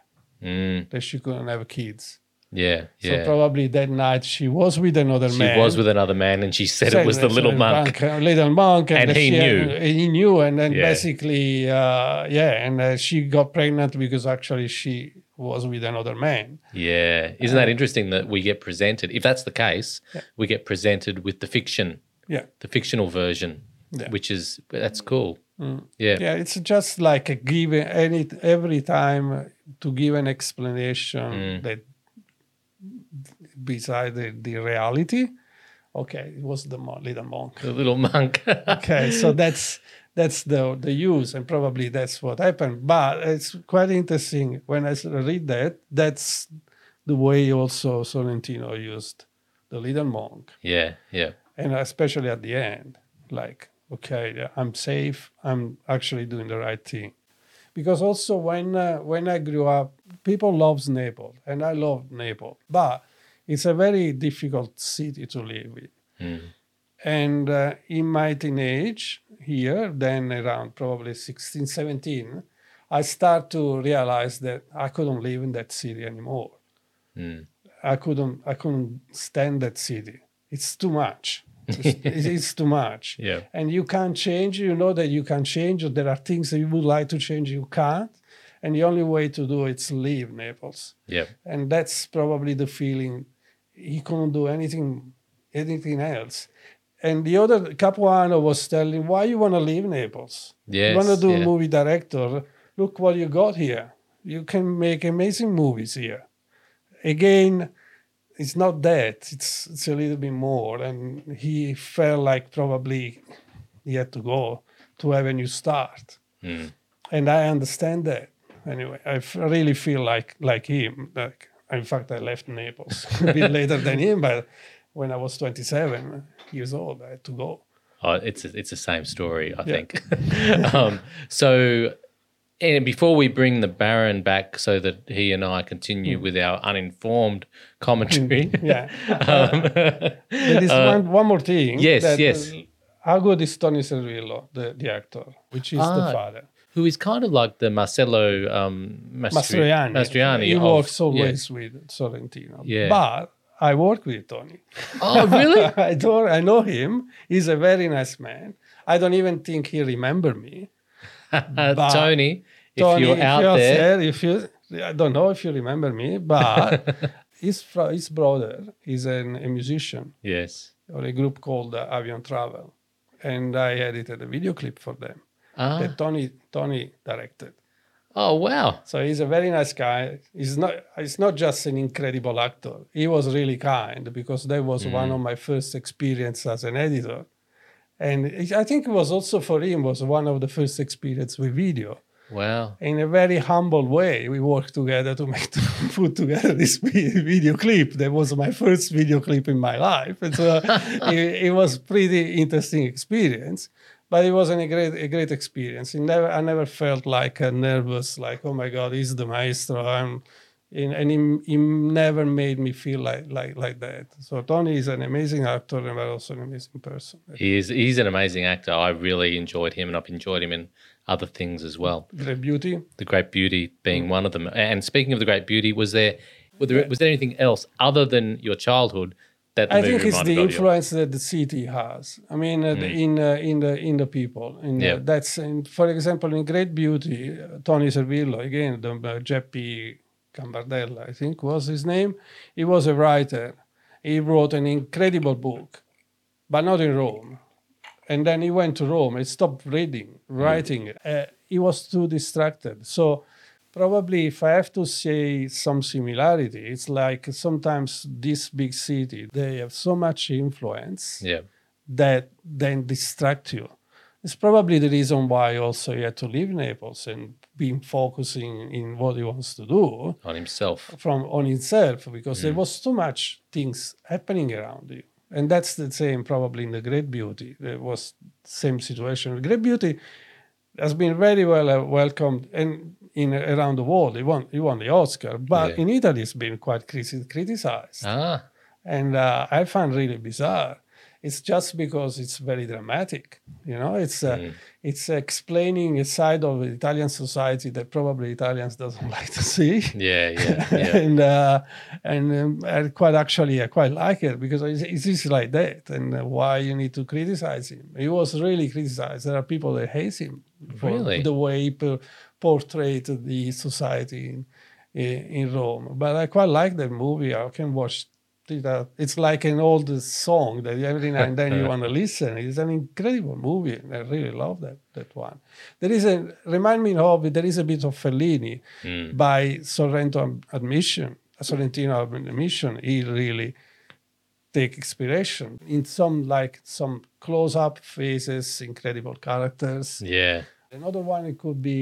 Mm, that she couldn't have kids. yeah. So Yeah. probably that night she was with another she man. was with another man, and she said it was the Said little a monk. a little monk, And that he she had- knew. he knew, and then Yeah. basically, uh, yeah, and uh, she got pregnant because actually she was with another man. Yeah. Isn't that interesting that we get presented, if that's the case, we get presented with the fiction, Yeah, the fictional version, Yeah. Mm. which is, that's cool. Yeah. yeah, it's just like a given any every time to give an explanation Mm. that beside the, the reality. Okay, it was the mon- little monk. The little monk. okay so that's that's the the use and probably that's what happened but it's quite interesting when i s- read that that's the way also sorrentino used the little monk yeah. Yeah. and especially at the end like okay i'm safe i'm actually doing the right thing because also when uh, when i grew up people loves naples and i love naples but it's a very difficult city to live in and uh, in my teenage here then around probably 16 17 i start to realize that i couldn't live in that city anymore i couldn't i couldn't stand that city it's too much it's, it's too much Yeah. and you can't change you know that you can change there are things that you would like to change you can't and the only way to do it's leave naples Yeah. and that's probably the feeling he couldn't do anything anything else and the other capuano was telling why you want to leave naples Yes, you want to do yeah. a movie director look what you got here you can make amazing movies here again it's not that it's it's a little bit more and he felt like probably he had to go to have a new start and I understand that. Anyway, I f- really feel like like him. Like in fact, I left Naples a bit later than him, but when I was 27 years old, I had to go. Oh, it's, it's the same story, I think. um, so, and before we bring the Baron back so that he and I continue with our uninformed commentary. Mm. Yeah. um, There is one, one more thing. yes, yes. uh, How good is Tony Servillo, the, the actor, which is Ah. the father? who is kind of like the Marcello um, Mastri- Mastroianni. Mastroianni He of- works yeah. always with Sorrentino. Yeah. But I work with Tony. Oh, really? I don't. I know him. He's a very nice man. I don't even think he remember me. Uh, But- Tony, if Tony, you're out there, if you, I don't know if you remember me, but his fr- his brother is an, a musician yes. or a group called uh, Avion Travel, and I edited a video clip for them Ah, that Tony Tony directed. oh, wow. So he's a very nice guy. He's not. He's not just an incredible actor. He was really kind because that was Mm. one of my first experience as an editor, and it- I think it was also for him was one of the first experience with video Wow. in a very humble way we worked together to make to put together this vi- video clip that was my first uh, video clip in my life and so it, it was pretty interesting experience but it was an, a great a great experience. It never I never felt like uh, nervous, like oh my god, he's the maestro. I'm, and, and he, he never made me feel like like like that. So Tony is an amazing actor, but also an amazing person. He is, he's an amazing actor. I really enjoyed him and I've enjoyed him in other things as well. Great beauty. The Great Beauty being one of them. And speaking of The Great Beauty, was there was there, was there anything else other than your childhood that the I movie think it's reminded the of you of? influence that the city has. I mean, uh, the- in uh, in the in the people. In the- Yeah. that's in, for example in Great Beauty, uh, Tony Servillo again, the uh, Jeppy Gambardella, I think was his name. He was a writer. He wrote an incredible book, but not in Rome. And then he went to Rome. He stopped reading, writing. Uh, he was too distracted. So probably if I have to say some similarity, it's like sometimes this big city, they have so much influence Yeah. that then distract you. It's probably the reason why also he had to leave Naples and been focusing in what he wants to do On himself. from on itself because there Mm. was too much things happening around you and that's the same probably in the great beauty there was same situation The great beauty has been very well uh, welcomed and in around the world he won he won the oscar but Yeah. in italy it's been quite criti- criticized Ah. and uh, I find really bizarre. It's just because it's very dramatic, you know. It's uh, Mm. it's explaining a side of Italian society that probably Italians doesn't like to see, Yeah, yeah, yeah. and uh, and um, I quite actually I quite like it because it's, it's just like that, and uh, why you need to criticize him. He was really criticized. There are people that hate him for Really? the way he per- portrayed the society in, in, in Rome. But I quite like that movie. I can watch it. out. It's like an old song that every now and then you want to listen. It's an incredible movie. and I really love that that one. There is a remind me of there is a bit of Fellini by Sorrento admission. Sorrentino admission. He really take inspiration in some like some close-up faces, incredible characters. yeah. Another one it could be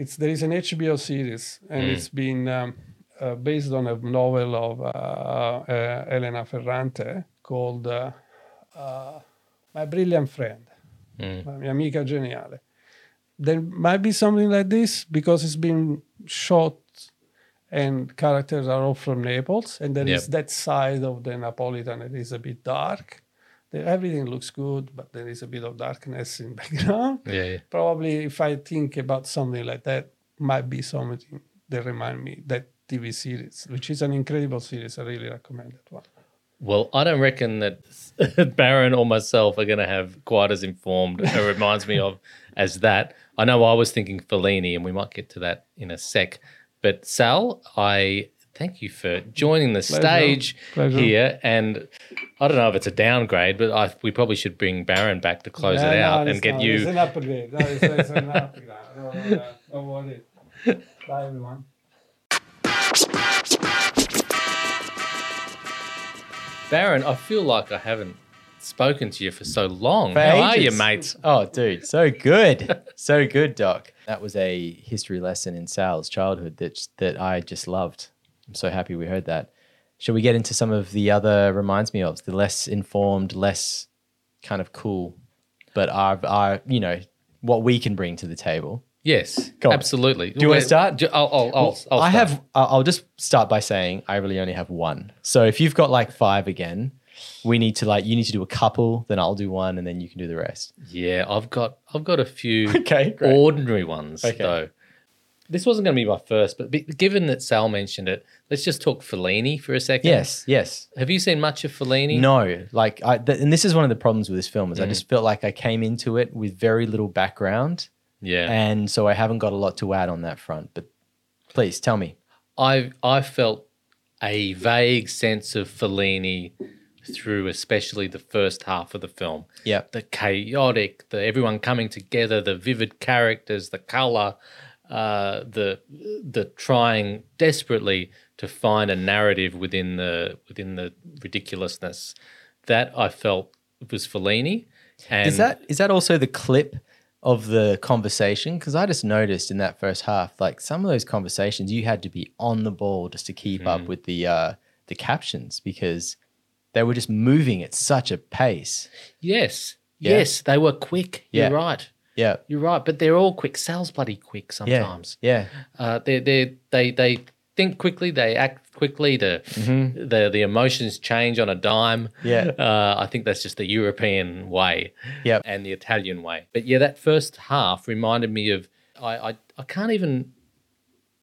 it's there is an HBO series and it's been um, uh, based on a novel of uh, uh, Elena Ferrante called uh, uh, My Brilliant Friend, La mia amica geniale. There might be something like this because it's been shot and characters are all from Naples and there is Yep. that side of the Napolitan that is a bit dark. There, everything looks good, but there is a bit of darkness in background Yeah, yeah. probably if I think about something like that, might be something that remind me that TV series, which is an incredible series. I really recommend that one. Well, I don't reckon that Baron or myself are going to have quite as informed. It reminds me of as that. I know I was thinking Fellini, and we might get to that in a sec. But Sal, I thank you for joining the stage Pleasure. here. And I don't know if it's a downgrade, but I, we probably should bring Baron back to close Oh, it out and get It's you. an upgrade. No, it's, it's an upgrade. Don't, uh, don't worry. Bye, everyone. Baron, I feel like I haven't spoken to you for so long. How are you, ages. mate? Oh, dude, so good, so good, Doc. That was a history lesson in Sal's childhood that that I just loved. I'm so happy we heard that. Shall we get into some of the other reminds me of the less informed, less kind of cool, but are are you know what we can bring to the table? Yes, Go on. absolutely. Do you wanna Wait, start? do- I'll, I'll, I'll, I'll I start. have. I- I'll just start by saying I really only have one. So if you've got like five again, we need to like you need to do a couple. Then I'll do one, and then you can do the rest. Yeah, I've got I've got a few Okay, great. ordinary ones Okay. though. This wasn't going to be my first, but be, given that Sal mentioned it, let's just talk Fellini for a second. Yes, yes. Have you seen much of Fellini? No, like I, th- and this is one of the problems with this film is I Mm. just felt like I came into it with very little background, Yeah. and so I haven't got a lot to add on that front. But please tell me. I I felt a vague sense of Fellini through especially the first half of the film. Yeah, the chaotic, the everyone coming together, the vivid characters, the color, uh, the the trying desperately to find a narrative within the within the ridiculousness. That I felt was Fellini. And is that is that also the clip of the conversation? Because I just noticed in that first half, like some of those conversations, you had to be on the ball just to keep up with the uh, the captions because they were just moving at such a pace. yes? Yeah. Yes, they were quick. Yeah. You're right. Yeah. You're right. But they're all quick. Sales bloody quick Yeah. sometimes. Yeah. Uh, they they they they think quickly. They act quickly. The the the emotions change on a dime. Mm-hmm. Yeah. Uh, I think that's just the European way. Yep. And the Italian way. But yeah, that first half reminded me of I I, I can't even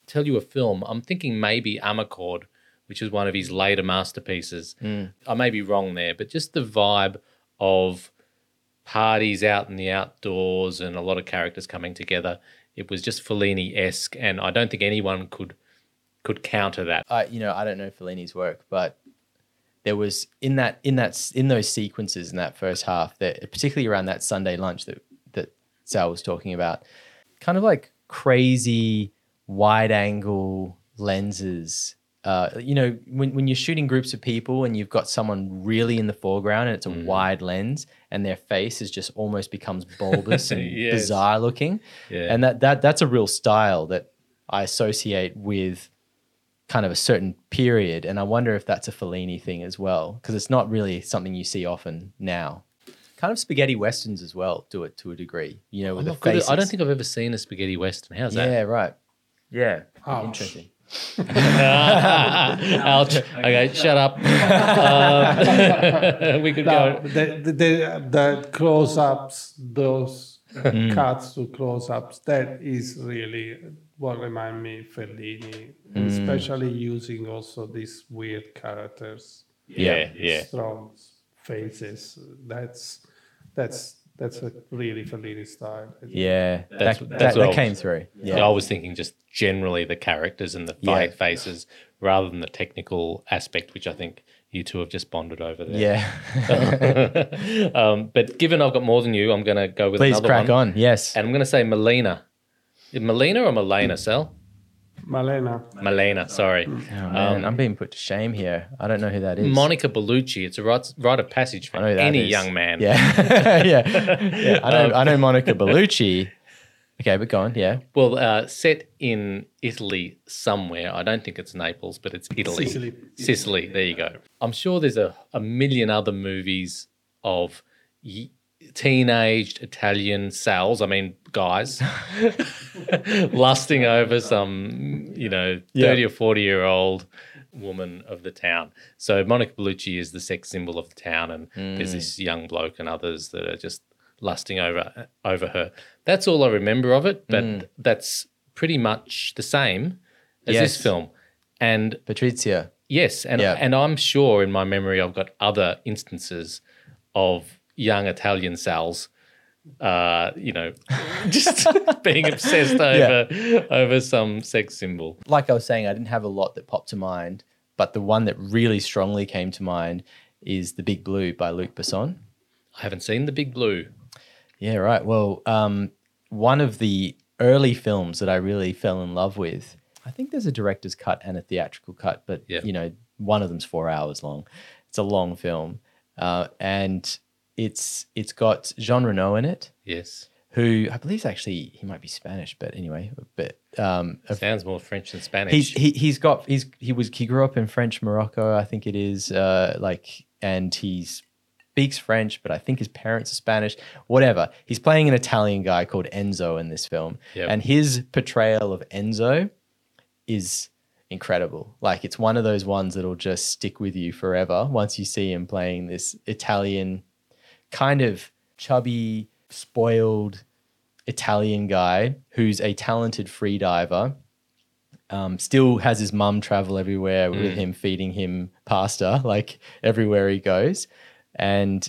tell you a film. I'm thinking maybe Amarcord, which is one of his later masterpieces. Mm. I may be wrong there, but just the vibe of parties out in the outdoors and a lot of characters coming together. It was just Fellini esque, and I don't think anyone could could counter that. I you know I don't know Fellini's work, but there was in that in that s- in those sequences in that first half that particularly around that Sunday lunch that that Sal was talking about, kind of like crazy wide angle lenses. Uh, you know, when, when you're shooting groups of people and you've got someone really in the foreground and it's a wide lens and their face is just almost becomes bulbous and Yes. bizarre looking. Yeah. And that, that that's a real style that I associate with kind of a certain period. And I wonder if that's a Fellini thing as well, because it's not really something you see often now. Kind of spaghetti westerns as well do it to a degree, you know, I'm with the not good at- faces. I don't think I've ever seen a spaghetti western. How's Yeah, right. Yeah. Oh, Ouch. Interesting. that? Uh, Ouch. Okay, shut up. Um, we could No, go. the, the, the, the close ups, those Mm. cuts to close ups, that is really what remind me Fellini, Mm. especially using also these weird characters, Yeah, strong faces. That's that's that's a really Fellini style. Yeah. That's- that that's that, what I that was- came through. Yeah. I was thinking just generally the characters and the Yeah. fa- faces rather than the technical aspect, which I think you two have just bonded over there. Yeah. um, but given I've got more than you, I'm going to go with Please another crack one. on. Yes. And I'm going to say Melina. Melina or Mm. Melena, Sel? Malena, Melena, sorry. Oh, um, man, I'm being put to shame here. I don't know who that is. Monica Bellucci. It's a rite, rite of passage for I know who that any is. young man. Um, Yeah. yeah. Yeah. I know I know Monica Bellucci. Okay, but go on. Yeah. Well, uh, set in Italy somewhere. I don't think it's Naples, but it's Italy. Sicily. Sicily. There you go. I'm sure there's a, a million other movies of y- teenaged Italian sales, I mean, guys, lusting over some, you know, 30 Yeah. or 40 year old woman of the town. So Monica Bellucci is the sex symbol of the town, and Mm. there's this young bloke and others that are just lusting over over her. That's all I remember of it, but Mm. that's pretty much the same as Yes. this film. And Patrizia. yes, and Yeah. and I'm sure in my memory I've got other instances of young Italian sals uh, you know, just being obsessed over over some sex symbol. like I was saying, I didn't have a lot that popped to mind, but the one that really strongly came to mind is The Big Blue by Luc Besson. I haven't seen the big blue. Yeah, right. Well, um, one of the early films that I really fell in love with, I think there's a director's cut and a theatrical cut, but Yeah. you know, one of them's four hours long. It's a long film, uh, and it's it's got Jean Reno in it, Yes. who I believe is actually he might be Spanish, but anyway, but um, a Sounds more French than Spanish. he's he, he's got he's he was he grew up in French Morocco, I think it is. Uh, like, and he speaks French, but I think his parents are Spanish. Whatever. He's playing an Italian guy called Enzo in this film, Yep. and his portrayal of Enzo is incredible. Like, it's one of those ones that'll just stick with you forever once you see him playing this Italian kind of chubby, spoiled Italian guy who's a talented freediver. Um, still has his mum travel everywhere with Mm. him, feeding him pasta like everywhere he goes, and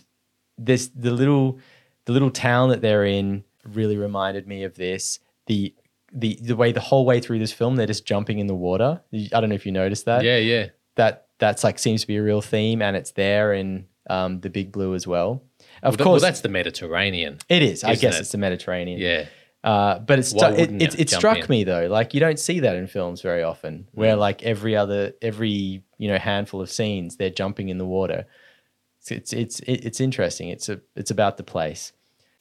this the little the little town that they're in really reminded me of this. the the The way the whole way through this film, they're just jumping in the water. I don't know if you noticed that yeah, yeah. that that's like seems to be a real theme and it's there in um, the big blue as well of well, th- well, course that's the Mediterranean. it is i isn't guess it? it's the mediterranean Yeah. uh, but it's Why stu- it, wouldn't it, you it jump struck in? Mm. me though like you don't see that in films very often where like every other every you know handful of scenes they're jumping in the water it's it's it's, it- it's interesting it's a, it's about the place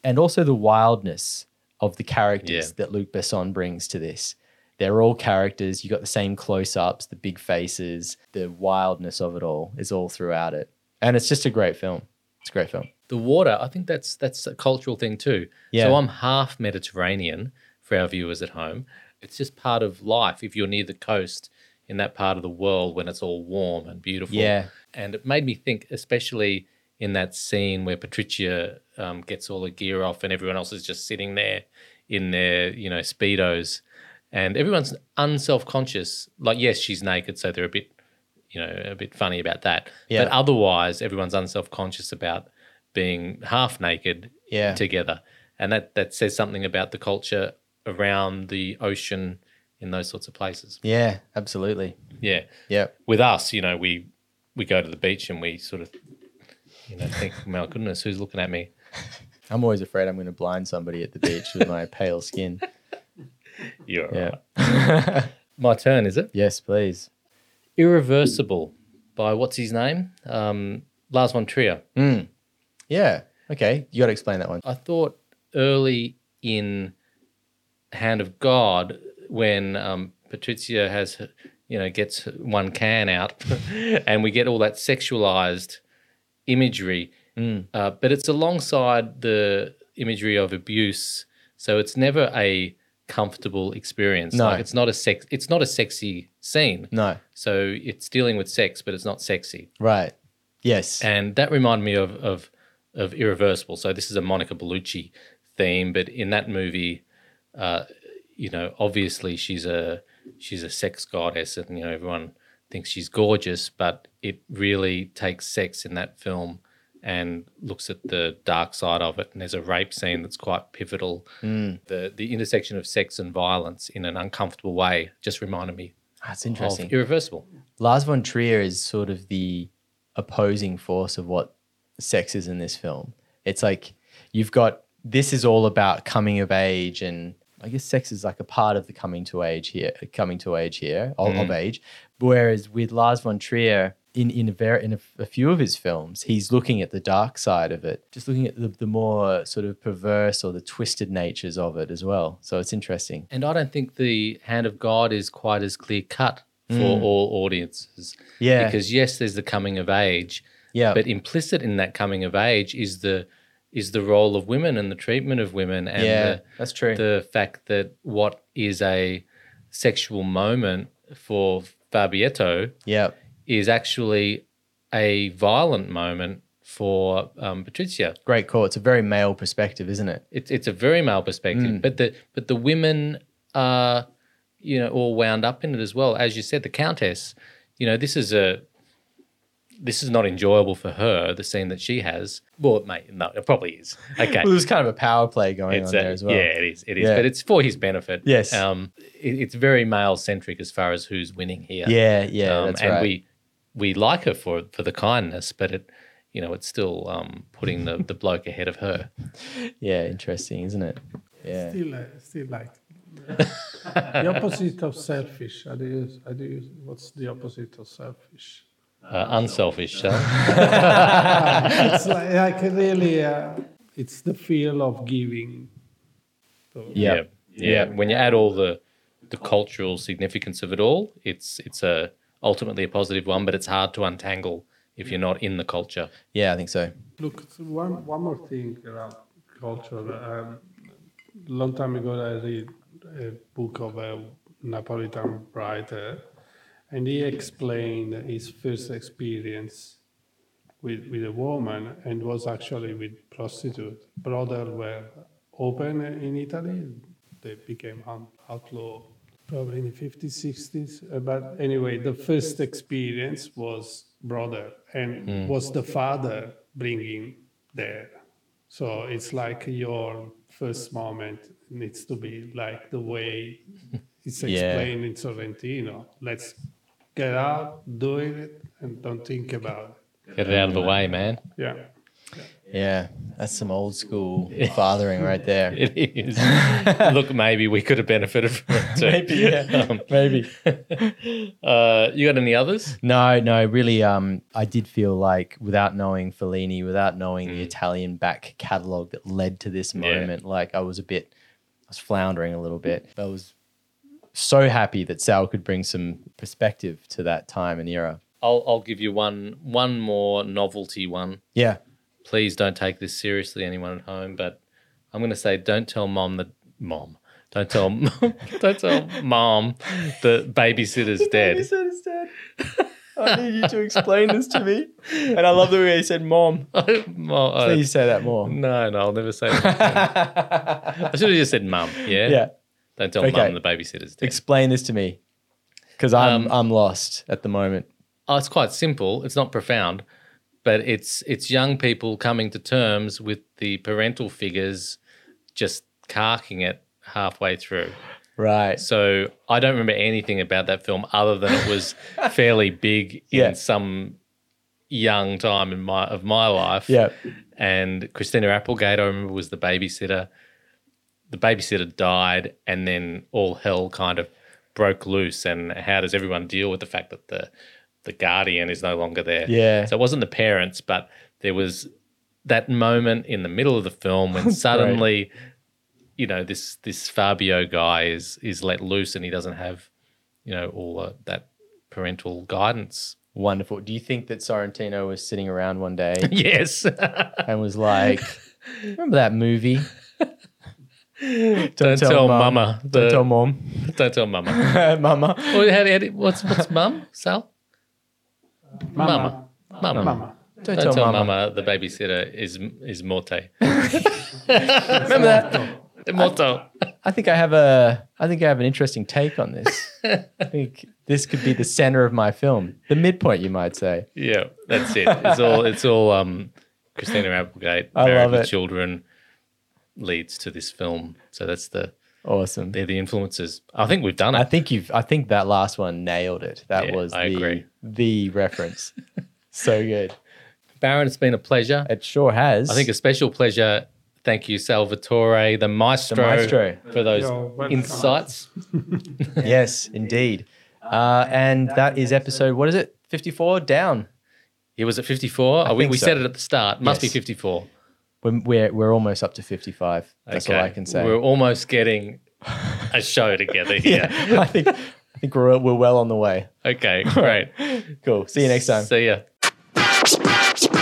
and also the wildness of the characters Yeah. that Luc Besson brings to this they're all characters you got the same close-ups the big faces the wildness of it all is all throughout it and it's just a great film It's a great film. The water, I think that's that's a cultural thing too. Yeah. So I'm half Mediterranean for our viewers at home. It's just part of life if you're near the coast in that part of the world when it's all warm and beautiful. Yeah. And it made me think, especially in that scene where Patricia um, gets all her gear off and everyone else is just sitting there in their, you know, speedos, and everyone's unself-conscious. Like, yes, she's naked, so they're a bit, you know, a bit funny about that. Yeah. But otherwise, everyone's unself-conscious about being half naked Yeah. together, and that that says something about the culture around the ocean in those sorts of places. Yeah, absolutely. Yeah Yeah. with us, you know, we we go to the beach and we sort of, you know, think, my goodness, who's looking at me? I'm always afraid I'm going to blind somebody at the beach with my pale skin. You're Yeah. right. My turn, is it? Yes, please. Irreversible by what's his name? Um, Lars von Trier. Yeah. Okay. You got to explain that one. I thought early in Hand of God when um, Patricia has, her- you know, gets one can out, and we get all that sexualized imagery, Mm. uh, but it's alongside the imagery of abuse, so it's never a comfortable experience. No. Like it's not a sex. It's not a sexy scene. No. So it's dealing with sex, but it's not sexy Right. Yes. and that reminded me of of of Irreversible. So this is a Monica Bellucci theme, but in that movie, uh, you know, obviously she's a she's a sex goddess, and you know everyone thinks she's gorgeous, but it really takes sex in that film and looks at the dark side of it. And there's a rape scene that's quite pivotal. The the intersection of sex and violence in an uncomfortable way just reminded me That's Ah, of interesting. Irreversible. Lars von Trier is sort of the opposing force of what sex is in this film. It's like you've got this is all about coming of age and I guess sex is like a part of the coming to age here, coming to age here of, Mm-hmm. of age. Whereas with Lars von Trier, in in a very, in a, a few of his films, he's looking at the dark side of it, just looking at the, the more sort of perverse or the twisted natures of it as well. So it's interesting. And I don't think the hand of God is quite as clear cut for all audiences. Mm. Yeah. Because yes, there's the coming of age. Yeah. But implicit in that coming of age is the is the role of women and the treatment of women and yeah, the, that's true. the fact that what is a sexual moment for Fabietto yeah, is actually a violent moment for um, Patricia great call. It's a very male perspective, isn't it? it's it's a very male perspective. Mm. But the but the women are, you know, all wound up in it as well. As you said, the countess, you know, this is a this is not enjoyable for her. The scene that she has. Well, it may no, it probably is. Okay. Well, there's kind of a power play going It's on a- there as well. Yeah, it is. It is, Yeah. but it's for his benefit. Yes. um, it- it's very male centric as far as who's winning here. yeah, yeah, um, that's and right. we we like her for for the kindness, but it, you know, it's still um, putting the the bloke ahead of her. yeah, interesting, isn't it? Yeah, Still, like- still like the opposite of selfish. How do you? How do you? What's the opposite of selfish? Uh, unselfish. so. it's like, like really, uh, it's the feel of giving. yeah, yeah. yeah. When you add all the the cultural significance of it all, it's it's a ultimately a positive one, but it's hard to untangle if you're not in the culture. yeah, I think so. Look, it's one one more thing around culture. Um, long time ago, I read a book of a Napolitan writer, and he explained his first experience with with a woman, and was actually with prostitute. Brothel were open in Italy. They became un- outlaw probably in the 50s, 60s. Uh, But anyway, the first experience was brother, and was the father bringing there. So it's like your first moment needs to be like the way it's Yeah. explained in Sorrentino. Let's get out, doing it, and don't think about it. Get it out of the way, man. Yeah. Yeah, that's some old school fathering right there. It is. Look, maybe we could have benefited from it too. Maybe, yeah. Um, Maybe. uh, you got any others? No, no, really. Um, I did feel like without knowing Fellini, without knowing Mm. the Italian back catalogue that led to this moment, like I was a bit, I was floundering a little bit. I was so happy that Sal could bring some perspective to that time and era. I'll I'll give you one one more novelty one. Yeah, please don't take this seriously, anyone at home. But I'm going to say, don't tell mom that mom. Don't tell, don't tell mom the babysitter's dead. babysitter's dead. I need you to explain this to me. And I love the way he said, Mom. Well, I- Please say that more. no, no, I'll never say. That. yeah. I should have just said mum. Yeah, Don't tell Okay. mum the babysitter's dead. Explain this to me. Because I'm, I'm lost at the moment. Oh, it's quite simple. It's not profound, but it's it's young people coming to terms with the parental figures just carking it halfway through. Right. So I don't remember anything about that film other than it was fairly big Yeah. in some young time in my of my life. Yeah. And Christina Applegate, I remember, was the babysitter. The babysitter died, and then all hell kind of broke loose. And how does everyone deal with the fact that the the guardian is no longer there? Yeah. So it wasn't the parents, but there was that moment in the middle of the film when suddenly, you know, this this Fabio guy is is let loose, and he doesn't have, you know, all uh, that parental guidance. Wonderful. Do you think that Sorrentino was sitting around one day Yes. and was like, Remember that movie? Don't, tell, Mum. mama. Don't the- tell mom. Don't tell mama. Mama. well, how, do- how, do- what's what's mum? Sal? Mama. Mama. Mama. Don't, Don't, tell, mama. the babysitter is is Morte. Remember that? Morto. I think I have a I think I have an interesting take on this. I think this could be the center of my film. The midpoint, you might say. Yeah, that's it. It's all it's all um Christina Applegate, I married love with it. children leads to this film. So that's the Awesome. they're the influences. I think we've done I it. think you've I think that last one nailed it. That Yeah, was I the agree. the reference. so good. Baron, it's been a pleasure. It sure has. I think a special pleasure. Thank you, Salvatore, the maestro, maestro. for those You're welcome. insights. yes, indeed. Uh, and that is episode what is it? 54 down. He was at 54. we think we so. said it at the start. Must Yes. be 54. We're we're, we're almost up to 55. That's all I can say. We're almost getting a show together here. yeah. I think I think we're we're well on the way. Okay, great. Cool. See you next time. See ya. Bounce, bounce,